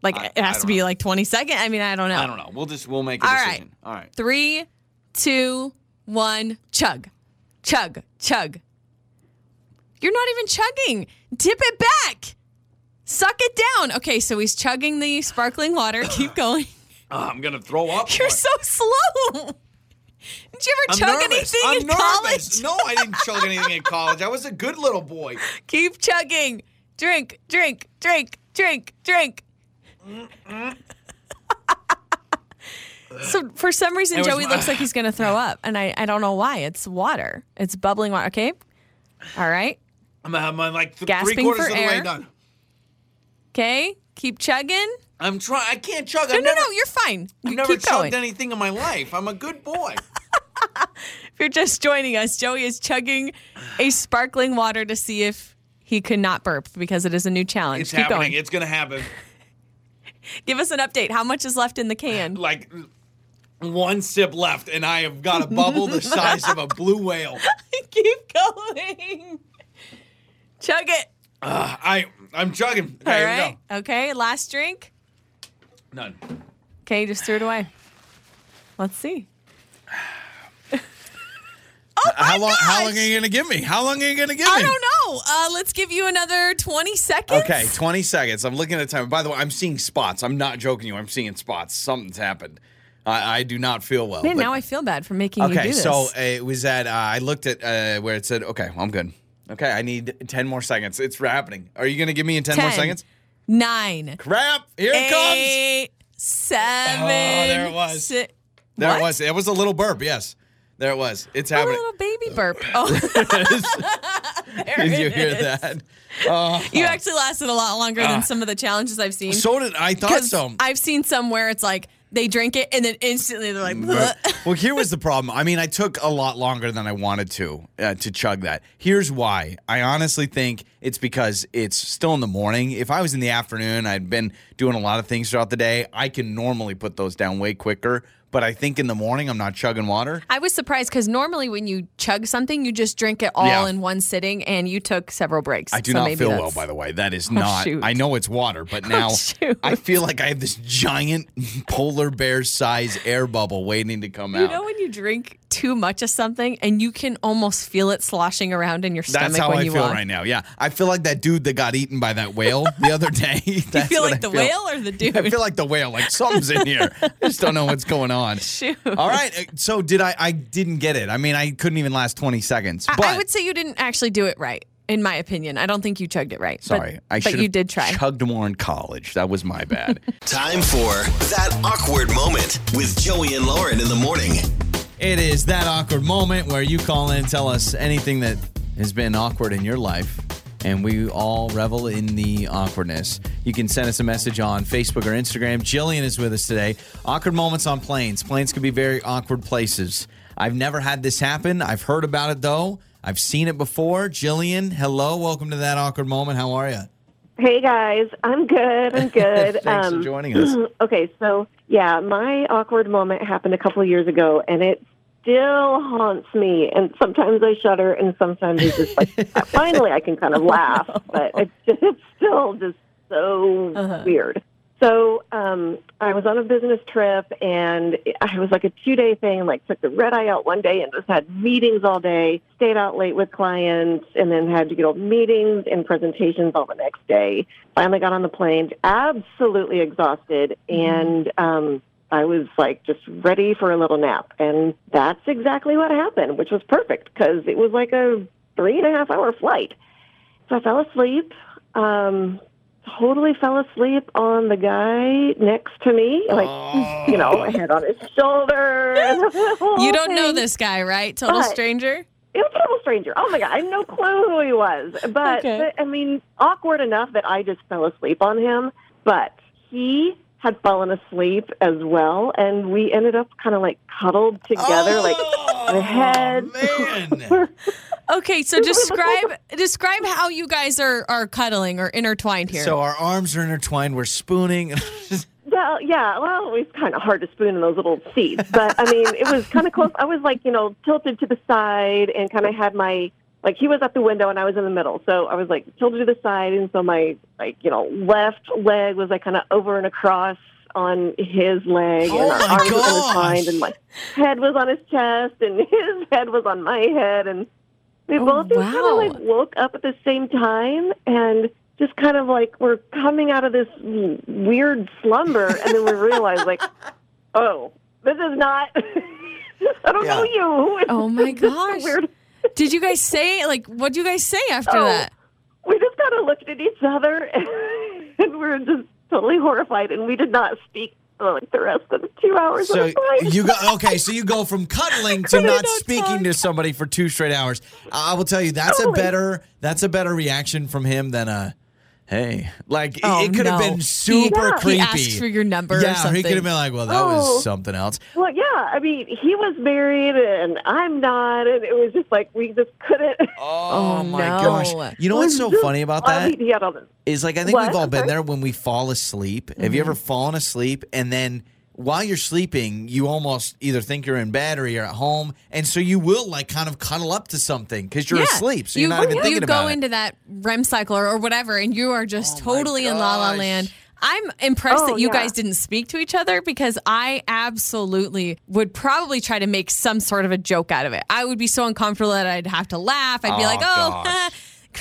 Like
I-
it
I
has
don't
to be
know.
like twenty second. I mean, I don't know.
I don't know. We'll just we'll make a
All right.
decision. All right.
Three, two, one, chug, chug, chug. You're not even chugging. Tip it back. Suck it down. Okay, so he's chugging the sparkling water. Keep going.
Uh, I'm gonna throw up.
You're so slow. Did you ever
I'm
chug
nervous.
anything
I'm
in
nervous.
college?
No, I didn't chug anything in college. I was a good little boy.
Keep chugging. Drink, drink, drink, drink, drink. so for some reason,
It was
Joey
my-
looks like he's going to throw up, and I, I don't know why. It's water. It's bubbling water. Okay. All right.
I'm, I'm, like th-
Gasping
three quarters
for
of the way
air.
done.
Okay. Keep chugging.
I'm trying. I can't chug.
No,
I've
no,
never,
no. You're fine.
I've
You
never
Keep
chugged
going.
anything in my life. I'm a good boy.
If you're just joining us, Joey is chugging a sparkling water to see if he could not burp because it is a new challenge.
It's
Keep
happening.
going.
It's gonna happen.
Give us an update. How much is left in the can?
Like one sip left, and I have got a bubble the size of a blue whale.
Keep going. Chug it.
Uh, I I'm chugging. Okay,
All
here
right. Okay. Last
we go.
drink.
None.
Okay. Just threw it away. Let's see.
how long? How long are you gonna give me? How long are you gonna give
Oh I don't know. Uh, let's give you another 20 seconds.
Okay, 20 seconds. I'm looking at the time. By the way, I'm seeing spots. I'm not joking you. I'm seeing spots. Something's happened. I, I do not feel well.
Man,
but-
now I feel bad for making you do
Okay,
this.
so uh, it was at, uh, I looked at uh, where it said, okay, well, I'm good. Okay, I need 10 more seconds. It's happening. Are you going to give me in 10, more
10,
seconds?
Nine.
Crap, here it comes.
Eight, seven.
there it was.
si-
There
what?
it was. It was a little burp, yes. There it was. It's
A
happening.
little baby burp. Oh, there
Did
it
you hear
is.
that? Uh,
You Ah. actually lasted a lot longer than some of the challenges I've seen.
So did I thought
'Cause
so.
I've seen some where it's like They drink it and then instantly they're like,
Mm, But- well, here was the problem. I mean, I took a lot longer than I wanted to uh, to chug that. Here's why. I honestly think it's because it's still in the morning. If I was in the afternoon, I'd been doing a lot of things throughout the day. I can normally put those down way quicker. But I think in the morning, I'm not chugging water.
I was surprised because normally when you chug something, you just drink it all
Yeah.
in one sitting, and you took several breaks.
I do
So
not
maybe
feel well,
that's- Oh,
by the way. That is not.
shoot. Oh,
I know it's water, but now
shoot.
I feel like I have this giant polar bear size air bubble waiting to come out.
You know when you drink too much of something and you can almost feel it sloshing around in your stomach
That's how
when
I
you
feel
walk.
right now. Yeah, I feel like that dude that got eaten by that whale the other day.
you
That's
feel
what
like
I
the whale or the dude?
I feel like the whale. Like something's in here. I just don't know what's going on.
Shoot.
All right. uh, So did I? I didn't get it. I mean, I couldn't even last twenty seconds.
I-
But
I would say you didn't actually do it right, in my opinion. I don't think you chugged it right. But-
sorry, I
but
should
you did try.
Chugged more in college. That was my bad.
Time for That Awkward Moment with Joey and Lauren in the morning.
It is that awkward moment where you call in and tell us anything that has been awkward in your life, and we all revel in the awkwardness. You can send us a message on Facebook or Instagram. Jillian is with us today. Awkward moments on planes. Planes can be very awkward places. I've never had this happen. I've heard about it though. I've seen it before. Jillian, hello. Welcome to that awkward moment. How are you?
Hey guys,
Uh,
I'm good. I'm good. Um,
Thanks for joining us.
Okay, so yeah, my awkward moment happened a couple of years ago, and it still haunts me. And sometimes I shudder, and sometimes it's just like, Uh, finally, I can kind of laugh, but it's just, it's still just so weird. So um, I was on a business trip, and I was like a two day thing. Like took the red eye out one day, and just had meetings all day. Stayed out late with clients, and then had to get old meetings and presentations all the next day. Finally got on the plane, absolutely exhausted, and um, I was like just ready for a little nap. And that's exactly what happened, which was perfect because it was like a three and a half hour flight. So I fell asleep. Um, totally fell asleep on the guy next to me. Like, you know, I had on his shoulder. And the whole
You don't know
thing.
this guy, right? Total
But-
stranger.
It was a total stranger. Oh my god, I had no clue who he was. But,
Okay.
but I mean, awkward enough that I just fell asleep on him. But he had fallen asleep as well, and we ended up kind of like cuddled together,
Oh,
like our heads.
Oh, man.
Okay, so describe describe how you guys are are cuddling or intertwined here.
so our arms are intertwined. We're spooning.
Well, yeah. Well, it was kind of hard to spoon in those little seats, but I mean, it was kind of close. I was like, you know, tilted to the side and kind of had my like he was at the window and I was in the middle, so I was like tilted to the side, and so my like you know left leg was like kind of over and across on his leg,
Oh
and our
my
arms were
gosh.
intertwined, and my head was on his chest, and his head was on my head, and we
Oh,
both just kind
wow.
of like woke up at the same time and just kind of like we're coming out of this w- weird slumber and then we realize like, oh, this is not. I don't know you. Who is
Oh my
this? This is
gosh.
Weird.
Did you guys say like what do you guys say after
Oh.
that?
We just kind of looked at each other and we were just totally horrified and we did not speak for like the rest of the two hours. of
So
the flight.
you go okay. So you go from cuddling to not
don't
speaking
talk.
to somebody for two straight hours. I will tell you that's a
Totally.
better that's a better reaction from him than a hey. Like it-
Oh,
it could have
no.
been
He-
super
Yeah. he
creepy.
asked for your number or
Yeah, he could
something.
have been like, well, that
Oh.
was something else.
Well, yeah. I mean, he was married and I'm not, and it was just like we just couldn't.
Oh,
Oh,
my
no.
gosh! You know what's so funny about
I
that?
mean, he had all this
is like I think
What?
we've all
I'm
been
sorry?
there when we fall asleep. Have
Mm-hmm.
you ever fallen asleep and then while you're sleeping, you almost either think you're in bed or you're at home, and so you will like kind of cuddle up to something because you're
Yeah.
asleep, so you're
you,
not even
you
thinking about
go
it.
into that REM cycle or, or whatever, and you are just
Oh my
totally in la la
gosh.
land. I'm impressed
Oh,
that you
yeah.
guys didn't speak to each other because I absolutely would probably try to make some sort of a joke out of it. I would be so uncomfortable that I'd have to laugh. I'd be
Oh,
like, "Oh,
gosh.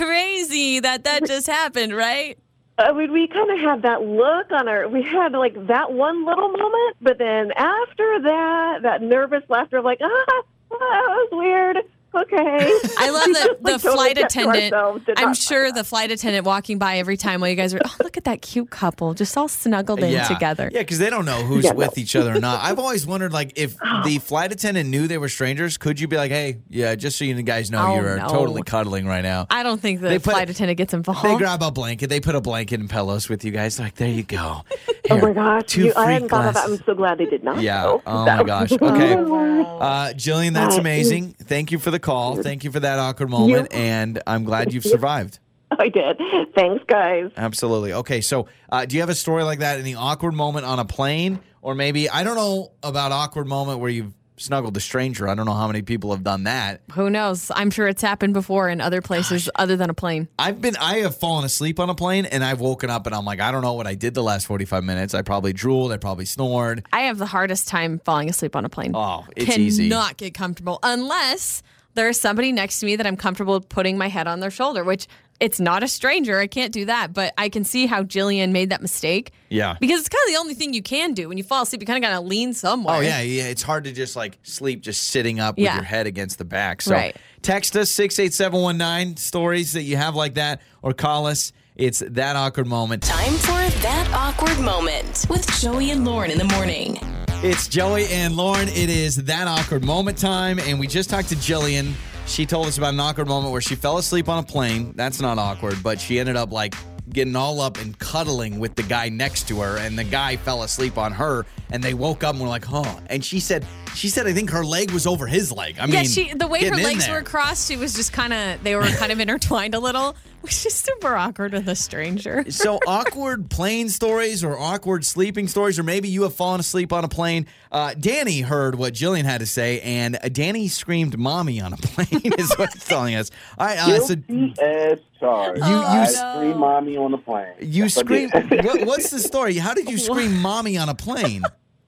crazy that that just happened, right?"
I mean, we kind of had that look on our. We had like that one little moment, but then after that, that nervous laughter of like, ah, ah, that was weird. okay.
I love that the
Like, totally
flight
kept to
attendant.
ourselves, did
I'm
not-
sure the flight attendant walking by every time while you guys are. Oh, look at that cute couple, just all snuggled in together.
Yeah, because they don't know who's
Yeah, no.
with each other or not. I've always wondered, like, if the flight attendant knew they were strangers, could you be like, hey, yeah, just so you guys know,
Oh,
you're uh,
no.
totally cuddling right now?
I don't think the
They put-
flight attendant gets involved.
They grab a blanket, they put a blanket and pillows with you guys. Like, there you go.
Oh
Here,
my gosh!
two
You, I
free
hadn't thought of that.
glasses.
I'm so glad they did not.
Yeah.
though.
Oh
That
my
was-
gosh. Okay.
Oh.
Uh, Jillian, that's
Uh,
amazing. Thank you for the call. Thank you for that awkward moment. And I'm glad you've survived.
I did. Thanks, guys.
Absolutely. Okay. So, uh, do you have a story like that in the awkward moment on a plane? Or maybe, I don't know about awkward moment where you've snuggled a stranger. I don't know how many people have done that.
Who knows? I'm sure it's happened before in other places other than a plane.
I've been, I have fallen asleep on a plane and I've woken up and I'm like, I don't know what I did the last 45 minutes. I probably drooled. I probably snored.
I have the hardest time falling asleep on a plane.
Oh, it's
Cannot
easy.
get comfortable unless there's somebody next to me that I'm comfortable putting my head on their shoulder, which it's not a stranger. I can't do that, but I can see how Jillian made that mistake.
Yeah.
Because it's kind of the only thing you can do when you fall asleep. You kind of got to lean somewhere.
Oh yeah, yeah. It's hard to just like sleep just sitting up with
Yeah.
your head against the back. So
Right.
text us six eight seven one nine stories that you have like that, or call us. It's that awkward moment.
Time for that awkward moment with Joey and Lauren in the morning.
It's Joey and Lauren. It is that awkward moment time, and we just talked to Jillian. She told us about an awkward moment where she fell asleep on a plane. That's not awkward, but she ended up like getting all up and cuddling with the guy next to her, and the guy fell asleep on her, and they woke up and were like, "Oh!" And she said, she said, I think her leg was over his leg. I
Yeah,
mean,
she the way her
getting in
legs
there.
were crossed, she was just kind of they were kind of intertwined a little, which is super awkward with a stranger.
so awkward plane stories or awkward sleeping stories, or maybe you have fallen asleep on a plane. Uh, Danny heard what Jillian had to say, and Danny screamed "mommy" on a plane is what it's telling us. All right, uh, so
Guilty as charged.
You-
Oh,
you
I
s-
scream mommy on the plane.
you
That's what I
scream.
did.
what, what's the story? How did you scream "mommy" on a plane?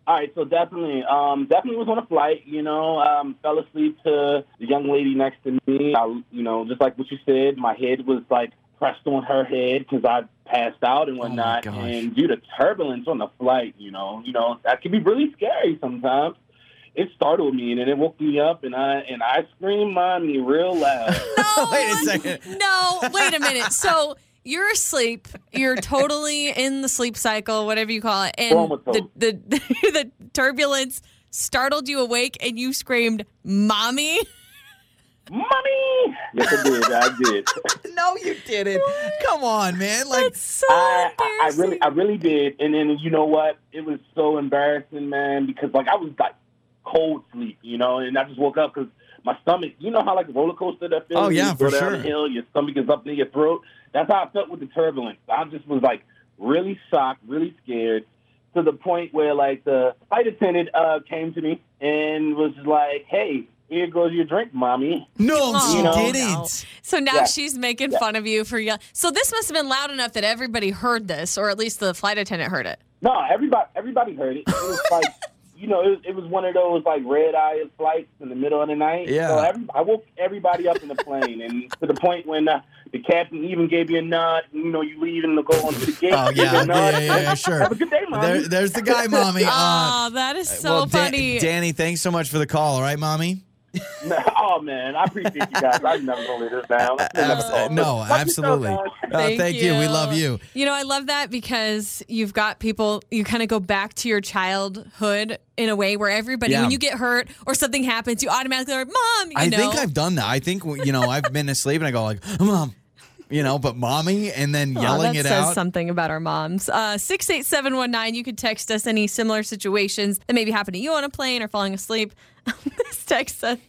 All right, so definitely, um, definitely was on a flight. You know, um, fell asleep to the young lady next to me. I, you know, just like what you said, my head was like pressed on her head because I passed out and whatnot.
gosh.
and due to turbulence on the flight, you know, you know that can be really scary sometimes. It startled me and then it woke me up and I and I screamed mommy real loud.
Wait a second.
No, wait a minute. So you're asleep. You're totally in the sleep cycle, whatever you call it, and the
Comatose.
the, the turbulence startled you awake, and you screamed, "Mommy!"
mommy! Yes, I did. I did.
No, you didn't. Come on, man. Like
That's so
I, I, I
embarrassing.
really, I really did. And then you know what? It was so embarrassing, man, because like I was like cold sleep, you know, and I just woke up because my stomach. You know how like a roller coaster that feels.
Oh,
when you
yeah,
go
for
down
sure.
The hill, your stomach is up near your throat. That's how I felt with the turbulence. I just was like really shocked, really scared, to the point where like the flight attendant uh, came to me and was like, "Hey, here goes your drink, mommy."
no,
Oh,
she
You know,
no.
didn't.
So now
Yeah.
she's making fun of you for yelling. So this must have been loud enough that everybody heard this, or at least the flight attendant heard it.
No, everybody everybody heard it. It was like you know, it was, it was one of those like red eye flights in the middle of the night.
Yeah.
So every, I woke everybody up in the plane, and to the point when uh, the captain even gave you a nod. You know, you leaving to go onto the gate.
Oh
You
yeah,
get a nod.
yeah, yeah, yeah, sure.
Have a good day, mommy.
There, there's the guy, mommy. Uh,
oh, that is so
well, Dan-
funny.
Danny, thanks so much for the call. All right, mommy.
oh man, I appreciate you guys. I'm never gonna let this down. That's
Abs-
wonderful.
uh, no,
Love you so
absolutely.
much.
Uh, thank you. We love you.
You know, I love that because you've got people, you kind of go back to your childhood in a way where everybody,
Yeah.
when you get hurt or something happens, you automatically are, Mom, you
I
know.
think I've done that. I think you know I've been asleep and I go like, "Mom," you know, but "mommy," and then
Aw,
yelling
that
it
says
out.
something about our moms. Uh, 68719, you could text us any similar situations that maybe happened to you on a plane or falling asleep. this text says,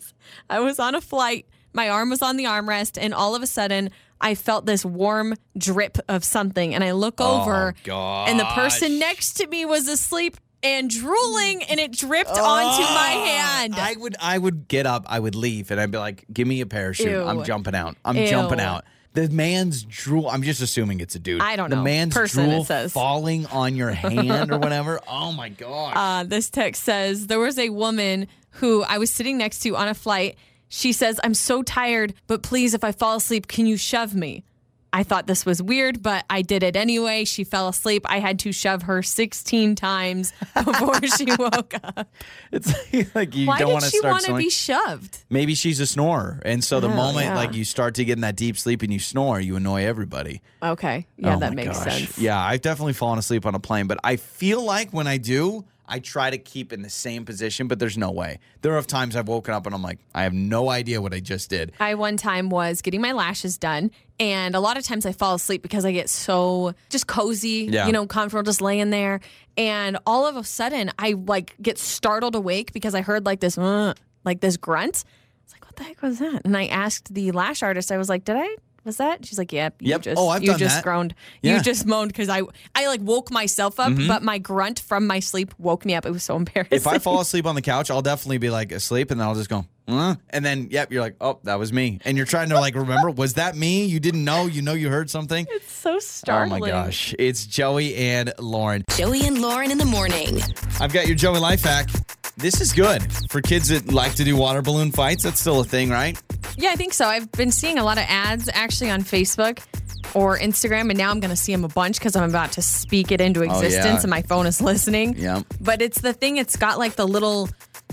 I was on a flight, my arm was on the armrest, and all of a sudden, I felt this warm drip of something, and I look
Oh,
over, and the person next to me was asleep and drooling, and it dripped onto my hand.
I would, I would get up, I would leave, and I'd be like, "Give me a parachute! I'm
Ew.
jumping out! I'm
Ew.
jumping out!" The man's drool. I'm just assuming it's a dude.
I don't
The
know.
man's
Person, it
drool
says.
falling on your hand or whatever. Oh my god!
Uh, this text says there was a woman who I was sitting next to on a flight. She says, I'm so tired, but please, if I fall asleep, can you shove me? I thought this was weird, but I did it anyway. She fell asleep. I had to shove her 16 times before she woke up.
It's like, like you
Why
don't
did
want to
she
start
want to
snoring.
be shoved?
Maybe she's a snorer, and so the
Oh,
moment
yeah.
like you start to get in that deep sleep and you snore, you annoy everybody.
Okay. Yeah,
Oh
that
my
makes
gosh.
sense.
Yeah, I've definitely fallen asleep on a plane, but I feel like when I do, I try to keep in the same position, but there's no way. There are times I've woken up and I'm like, I have no idea what I just did.
I one time was getting my lashes done, and a lot of times I fall asleep because I get so just cozy,
Yeah.
you know, comfortable just laying there. And all of a sudden, I like get startled awake because I heard like this, "Uh," like this grunt. I was like, "What the heck was that?" And I asked the lash artist. I was like, "Did I?" Was that? She's like, "Yep, you
Yep.
just
Oh, I've
you
done
just
that.
groaned,
Yeah. Mm-hmm.
you just moaned because I I like woke myself up, but my grunt from my sleep woke me up. It was so embarrassing.
If I fall asleep on the couch, I'll definitely be like asleep, and then I'll just go, "Huh?" and then yep, you're like, oh, that was me, and you're trying to like remember, was that me? You didn't know, you know, you heard something.
it's so
Oh
startling.
my gosh, it's Joey and Lauren.
Joey and Lauren in the morning.
I've got your Joey life hack. This is good for kids that like to do water balloon fights. That's still a thing, right?
Yeah, I think so. I've been seeing a lot of ads actually on Facebook or Instagram, and now I'm going to see them a bunch because I'm about to speak it into existence
Oh, yeah.
and my phone is listening.
Yeah.
But it's the thing, it's got like the little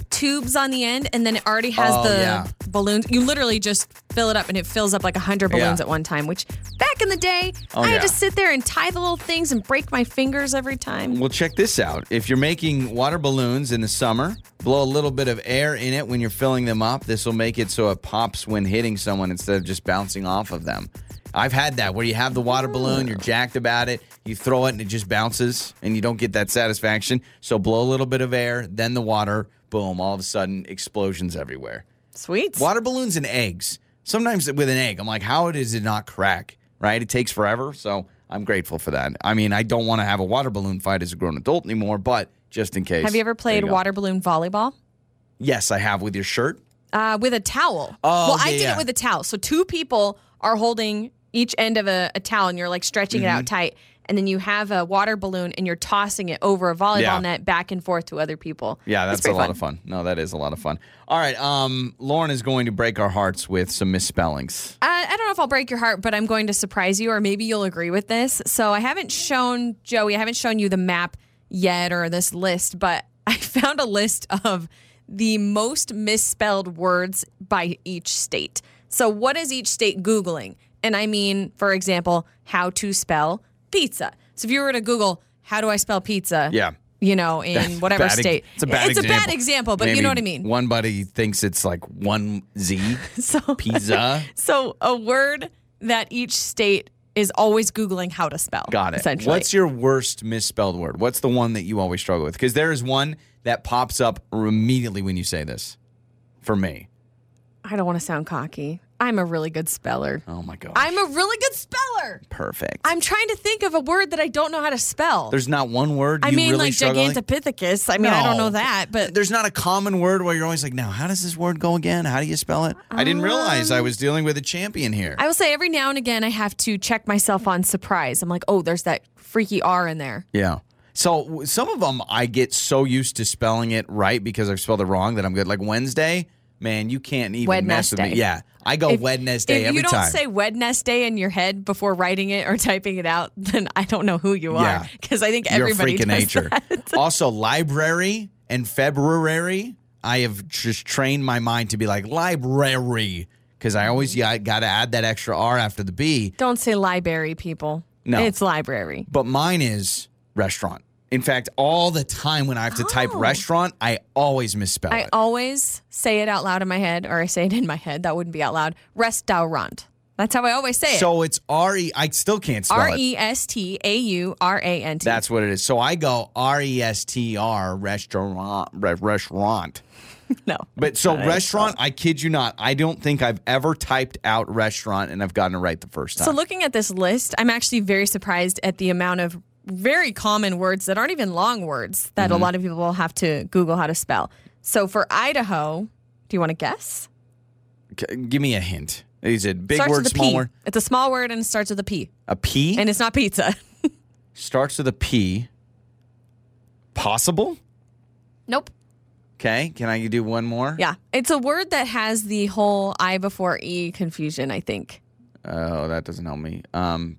tubes on the end, and then it already has
Oh,
the
yeah.
balloons. You literally just fill it up, and it fills up like 100 balloons
Yeah.
at one time, which back in the day,
Oh,
I
yeah.
had to sit there and tie the little things and break my fingers every time.
Well, check this out. If you're making water balloons in the summer, blow a little bit of air in it when you're filling them up. This will make it so it pops when hitting someone instead of just bouncing off of them. I've had that where you have the water balloon, you're jacked about it, you throw it and it just bounces and you don't get that satisfaction. So blow a little bit of air, then the water, boom, all of a sudden explosions everywhere.
Sweet.
Water balloons and eggs. Sometimes with an egg, I'm like, how does it not crack? Right? It takes forever. So I'm grateful for that. I mean, I don't want to have a water balloon fight as a grown adult anymore, but just in case.
Have you ever played
There you go.
water balloon volleyball?
Yes, I have with your shirt.
Uh, with a towel.
Oh,
well, I
yeah,
did
yeah.
it with a towel. So two people are holding each end of a, a towel, and you're like stretching it out
Mm-hmm.
tight, and then you have a water balloon, and you're tossing it over a volleyball
Yeah.
net back and forth to other people.
Yeah,
It's
that's a
pretty
lot of fun. No, that is a lot of fun. All right. Um, Lauren is going to break our hearts with some misspellings.
Uh, I don't know if I'll break your heart, but I'm going to surprise you, or maybe you'll agree with this. So I haven't shown Joey, I haven't shown you the map yet or this list, but I found a list of the most misspelled words by each state. So what is each state Googling? And I mean, for example, how to spell pizza. So if you were to Google, how do I spell pizza?
Yeah.
You know, in whatever
Bad ex-
state.
It's a bad example.
example, Oh, but you
Maybe
know what I mean.
One buddy thinks it's like one Z
So
pizza.
So a word that each state is always googling how to spell.
Got it.
Essentially,
What's your worst misspelled word? What's the one that you always struggle with? Because there is one that pops up immediately when you say this. For me.
I don't want to sound cocky. I'm a really good speller.
Oh my god.
I'm a really good speller.
perfect.
I'm trying to think of a word that I don't know how to spell.
There's not one word
I
you
mean,
really
like
struggle with?
Gigantopithecus. I mean, I don't
No.
know that, but
There's not a common word where you're always like, now, how does this word go again? How do you spell it? I didn't realize I was dealing with a champion here.
Um, I will say every now and again I have to check myself on surprise. I'm like, oh, there's that freaky R in there.
Yeah. So w- some of them I get so used to spelling it right because I've spelled it wrong that I'm good. Like Wednesday, man, you can't even mess with me.
Wednesday.
Yeah, I go Wednesday
if
every
you don't
time.
say Wednesday in your head before writing it or typing it out, then I don't know who you
Yeah.
are because I think
Your
everybody
freaking
does
nature.
that.
also, library and February, I have just trained my mind to be like library because I always yeah, got to add that extra R after the B.
Don't say library, people.
No.
It's library.
But mine is restaurant. In fact, all the time when I have to type
Oh.
restaurant, I always misspell
I
it.
always say it out loud in my head, or I say it in my head. That wouldn't be out loud. Restaurant. That's how I always say it.
So it's R E. I still can't spell
R
it.
E S T A U R A N T.
That's what it is. So I go R E S T R restaurant re- restaurant.
no.
But so restaurant, I kid you not, I don't think I've ever typed out restaurant and I've gotten it right the first time.
So looking at this list, I'm actually very surprised at the amount of very common words that aren't even long words that
Mm-hmm.
a lot of people will have to Google how to spell. So for Idaho, do you want to guess?
C- give me a hint. Is it big
starts
word,
with a
small
P.
word?
It's a small word and it starts with a P.
A P
And it's not pizza.
starts with a P. Possible?
nope.
Okay. Can I do one more?
Yeah. It's a word that has the whole I before E confusion, I think.
Oh, that doesn't help me. Um,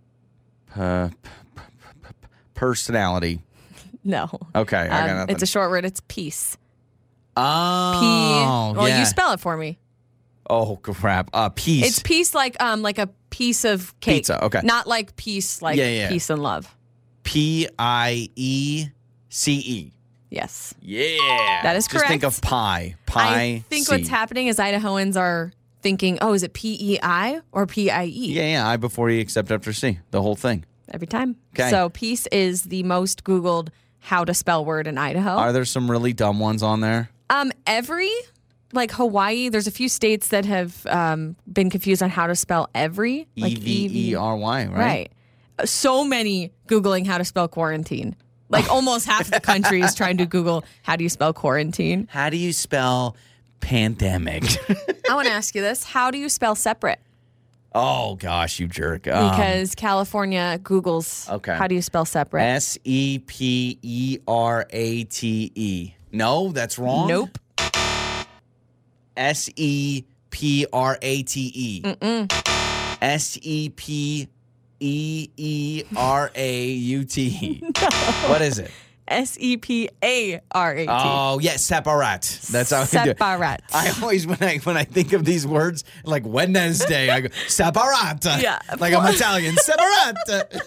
per- p- p- p- p- personality.
No.
Okay, I got
Um,
nothing.
it's a short word. It's peace. P.
oh,
well,
yeah.
you spell it for me.
oh crap. Uh, peace.
It's peace like um like a piece of cake.
Pizza, okay.
Not like peace like
Yeah, yeah.
peace and love.
P I E C E.
Yes.
Yeah,
That is
Just think
correct.
of pie. Pie.
I think
C.
what's happening is Idahoans are thinking, oh, is it P E I or P I E?
Yeah, yeah. I before E, except after C. The whole thing.
Every time.
'Kay.
So peace is the most Googled how to spell word in Idaho.
Are there some really dumb ones on there?
Um, every like Hawaii, there's a few states that have um, been confused on how to spell every. Like
E V E R Y. Right.
Right. Uh, So many Googling how to spell quarantine. Like almost half the country is trying to Google how do you spell quarantine.
How do you spell pandemic?
I want to ask you this. How do you spell separate?
oh gosh, you jerk. Um,
Because California Googles
okay.
how do you spell separate?
S E P E R A T E. No, that's wrong.
Nope.
S E P R A T E. S E P E E R A U T. E. What is it?
S E P A R A T.
Oh, yes, separate. That's how I do it.
Separate.
I always when I when I think of these words like Wednesday, I go separata.
Yeah.
like I'm Italian. Separata.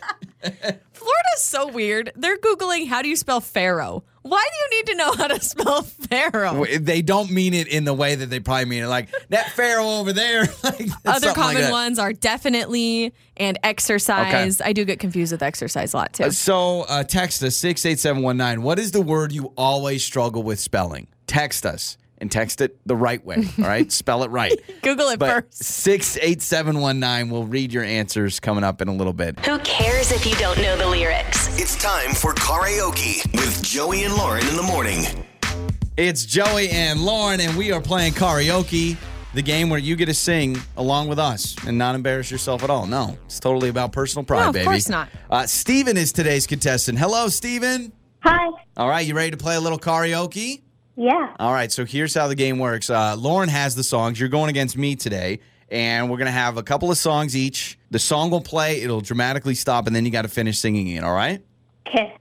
Florida's so weird. They're Googling how do you spell Pharaoh? Why do you need to know how to spell Pharaoh?
Well, they don't mean it in the way that they probably mean it. Like that pharaoh over there. like,
Other
something like
common
that.
ones are definitely and exercise. I do get confused with exercise a lot too.
So uh, text us six eight seven one nine. What is the word you always struggle with spelling? Text us and text it the right way. All right, spell it right.
Google it
But
first.
six eight seven one nine. We'll read your answers coming up in a little bit.
Who cares if you don't know the lyrics?
It's time for karaoke with Joey and Lauren in the morning.
It's Joey and Lauren, and we are playing karaoke, the game where you get to sing along with us and not embarrass yourself at all. No, it's totally about personal pride,
No, of
baby.
course not.
Uh, Steven is today's contestant. Hello, Steven.
Hi.
All right, you ready to play a little karaoke?
Yeah.
All right, so here's how the game works. Uh, Lauren has the songs. You're going against me today, and we're going to have a couple of songs each. The song will play, it'll dramatically stop, and then you got to finish singing it, all right?
Okay.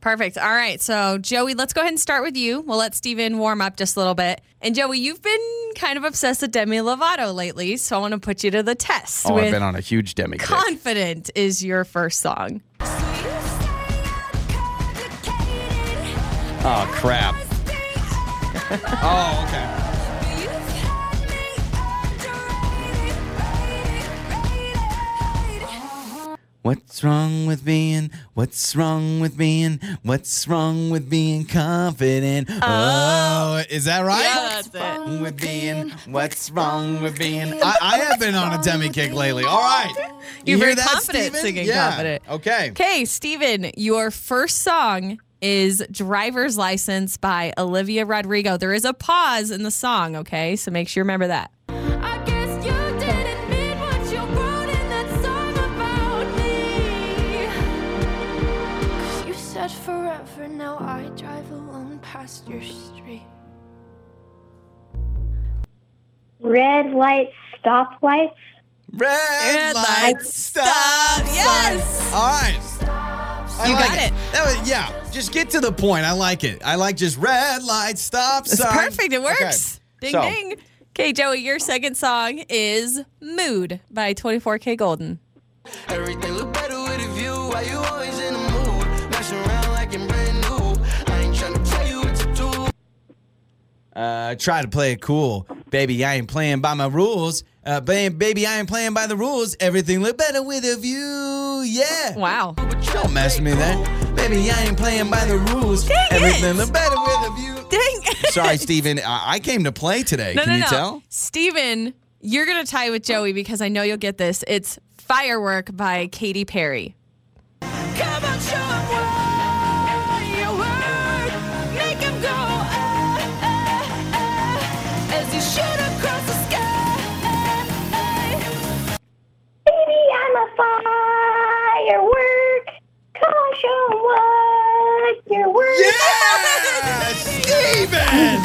Perfect. All right. So, Joey, let's go ahead and start with you. We'll let Steven warm up just a little bit. And, Joey, you've been kind of obsessed with Demi Lovato lately. So, I want to put you to the test
Oh, I've
with
been on a huge demi. kick.
Confident is your first song.
Oh, crap. oh, okay. What's wrong with being? What's wrong with being? What's wrong with being confident? Oh, is that right?
Yeah, that's
it. With being, what's wrong with being? I, I have been on a demi kick lately. All right,
You're
hear
very
that,
confident
Steven?
singing
Yeah.
confident.
Okay.
Okay, Steven, your first song is Driver's License by Olivia Rodrigo. There is a pause in the song, okay? So, make sure you remember that.
You said forever, now I drive alone past your street.
Red lights, stop lights.
Red,
Red
light,
light,
stop.
stop.
sign.
Yes.
All right. I
You
like
got it.
That was, yeah. Just get to the point. I like it. I like just red light, stop
It's
sign.
perfect. It works.
Okay.
Ding,
So-
ding. Okay, Joey, your second song is Mood by 24K Golden.
Everything look better with a view. Why you always in the mood? Messing around like you're brand new. I ain't tryna tell you what to do.
Uh, try to play it cool, baby. I ain't playing by my rules. Uh, ba- baby, I ain't playing by the rules. Everything look better with a view. Yeah.
Wow.
Don't mess with me then. Baby, I ain't playing by the rules.
Dang it.
Everything look better with a view.
Dang.
Sorry, Steven. I-, I came to play today.
no,
Can
no,
you
no.
tell?
Steven, you're going to tie with Joey because I know you'll get this. It's Firework by Katy Perry.
Come on, show 'em why you're worth. Make 'em go, ah, ah, ah, as you shoot across the sky.
Baby, I'm a firework. Come on, show 'em what you're worth.
Yeah, Steven!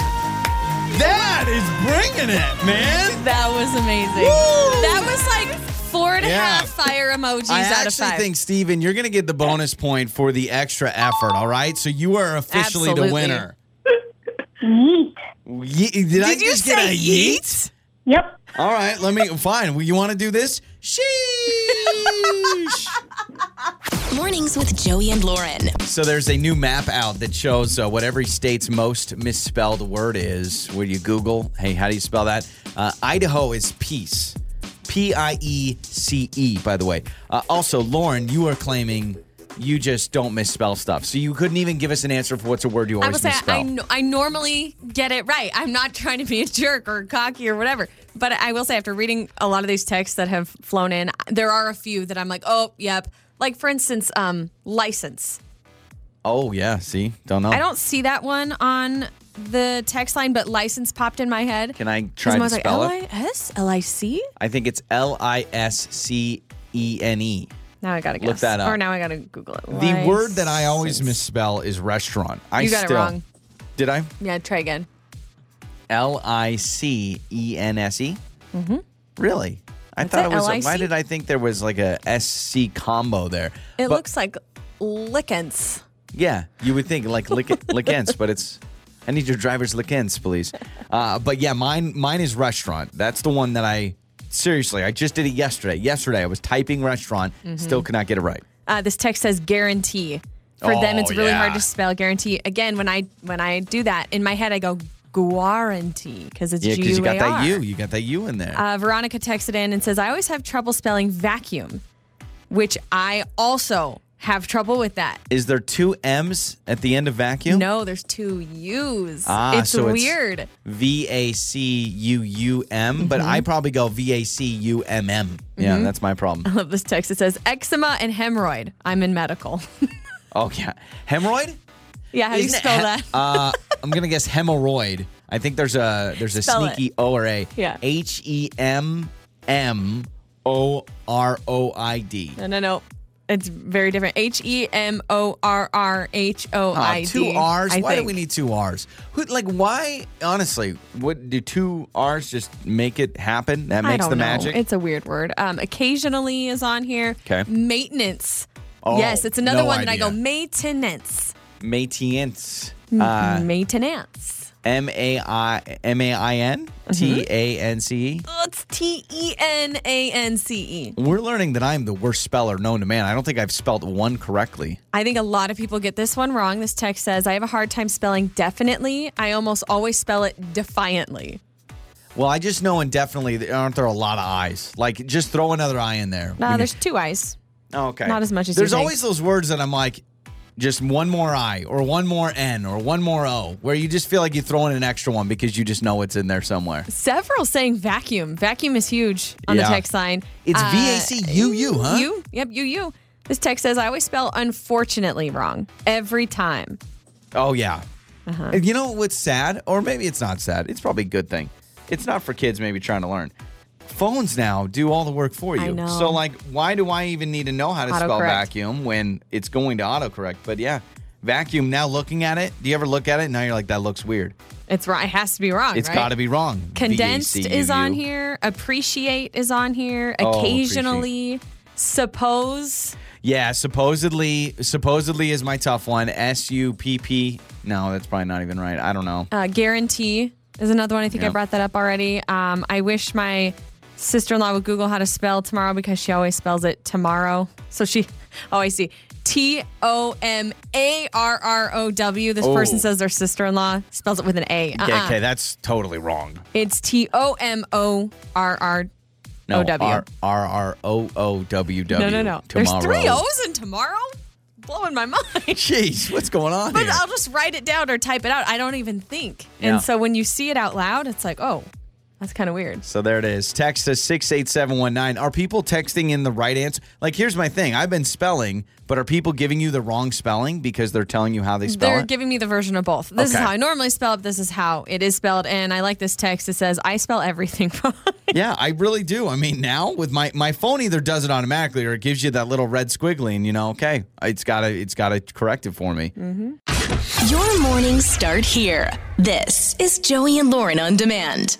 That is bringing it, man.
That was amazing. That was like Florida
Yeah.
half fire emojis
I
out of
actually
five.
think, Steven, you're going to get the bonus point for the extra effort, all right? So you are officially
Absolutely.
the winner.
Yeet.
Ye- did, I
Did you
just get a
say
yeet?
Yep.
All right, let me. Fine. You want to do this? Sheesh.
Mornings with Joey and Lauren.
So there's a new map out that shows uh, what every state's most misspelled word is. When you Google, hey, how do you spell that? Uh, Idaho is peace. P I E C E, by the way. Uh, also, Lauren, you are claiming you just don't misspell stuff. So you couldn't even give us an answer for what's a word you
I
always
will say
misspell.
I, no- I normally get it right. I'm not trying to be a jerk or cocky or whatever. But I will say, after reading a lot of these texts that have flown in, there are a few that I'm like, oh, yep. Like for instance, um, license.
oh, yeah. See? Don't know.
I don't see that one on the text line, but license popped in my head.
Can I
'Cause
try
I
to
was like,
spell
L
it?
I S L I C.
I think it's L I S C E N E.
Now I gotta
Look
guess.
that up.
Or now I gotta Google it.
The word that I always misspell is restaurant. I
You got it
still,
wrong.
Did I?
yeah, try again.
L I C E N S E.
Mhm.
Really? I
That's
thought
it,
it was.
L-I-C.
Why did I think there was like a S C combo there?
It
But-
looks like lickens.
Yeah, you would think like lick, lickens, but it's. I need your driver's lickens, please. Uh, but yeah, mine mine is restaurant. That's the one that I seriously. I just did it yesterday. Yesterday I was typing restaurant,
Mm-hmm.
still could not get it right.
Uh, this text says guarantee. For them,
Oh,
it's really hard
yeah.
to spell guarantee. Again, when I when I do that in my head, I go guarantee because it's
Yeah,
G
because
U
you got
A
that U.
R.
You got that U in there.
Uh, Veronica texted in and says, "I always have trouble spelling vacuum," which I also have trouble with that.
Is there two M's at the end of vacuum?
No, there's two U's.
Ah,
it's
so it's-
weird.
V A C U U M, but I probably go V A C U M M. Yeah, that's my problem.
I love this text. It says eczema and hemorrhoid. I'm in medical.
Oh yeah, hemorrhoid.
yeah, how do you
Isn't it
spell
he-
that?
Uh, I'm gonna guess hemorrhoid. I think there's a there's a
Spell it.
sneaky O or A.
Yeah.
H E M M O R O I D.
No, no, no. It's very different. H E M O R R H O I
Ah,
D.
two R's.
I
why do
think.
we need two R's? Who, like, why? Honestly, what do two R's just make it happen? That
I
makes
don't
the
know.
magic.
It's a weird word. Um, occasionally is on here.
'Kay.
Maintenance.
Oh,
yes, it's another
no
one that I
idea.
go maintenance.
Maintenance.
Mm-hmm.
Uh,
maintenance.
M A I M A I N
Mm-hmm.
T A N C E.
Oh, it's T E N A N C E.
We're learning that I'm the worst speller known to man. I don't think I've spelled one correctly.
I think a lot of people get this one wrong. This text says, I have a hard time spelling definitely. I almost always spell it defiantly.
Well, I just know indefinitely there aren't there a lot of eyes. Like just throw another eye in there.
No,
When
Uh, there's two eyes.
you- oh, okay.
not as much as you
There's
think.
always those words that I'm like just one more I or one more N or one more O where you just feel like you throw in an extra one because you just know it's in there somewhere.
Several saying vacuum. Vacuum is huge on
Yeah.
the text line.
It's
Uh,
V A C U U, huh?
You? Yep, you, you. This text says, I always spell unfortunately wrong every time.
Oh yeah.
Uh-huh.
And You know what's sad, or maybe it's not sad. It's probably a good thing. It's not for kids maybe trying to learn. Phones now do all the work for you.
I know.
So like, why do I even need to know how to spell
Autocorrect.
vacuum when it's going to autocorrect? But yeah, vacuum. Now looking at it, do you ever look at it? Now you're like, that looks weird.
It's wrong. It has to be wrong.
It's
right?
got to be wrong. E
Condensed is on
VACUU.
here. Appreciate is on here.
Oh,
Occasionally. Suppose.
Yeah, supposedly, supposedly is my tough one. S U P P. No, that's probably not even right. I don't know.
Uh, guarantee is another one. I think I
Yep.
brought that up already. Um, I wish my sister in law would Google how to spell tomorrow because she always spells it tomorrow. So she, oh, I see. T O M A R R O W. This person
Oh.
says their sister in law spells it with an A. Uh-uh.
Yeah, okay, that's totally wrong.
It's T O M O R R O W.
R R R O O W W.
No, no, no.
Tomorrow.
There's three O's in tomorrow? Blowing my mind.
Jeez, what's going on
But
here?
I'll just write it down or type it out. I don't even think.
Yeah.
And so when you see it out loud, it's like, oh, that's kind of weird.
So there it is. Text us 68719. Are people texting in the right answer? Like, here's my thing. I've been spelling, but are people giving you the wrong spelling because they're telling you how they spell
They're
it?
giving me the version of both. This is
Okay.
how I normally spell it. This is how it is spelled. And I like this text. It says, I spell everything wrong.
yeah, I really do. I mean, now with my my phone either does it automatically or it gives you that little red squiggly and you know, okay, it's got to it's got to correct it for me.
Your mornings start here. This is Joey and Lauren on demand.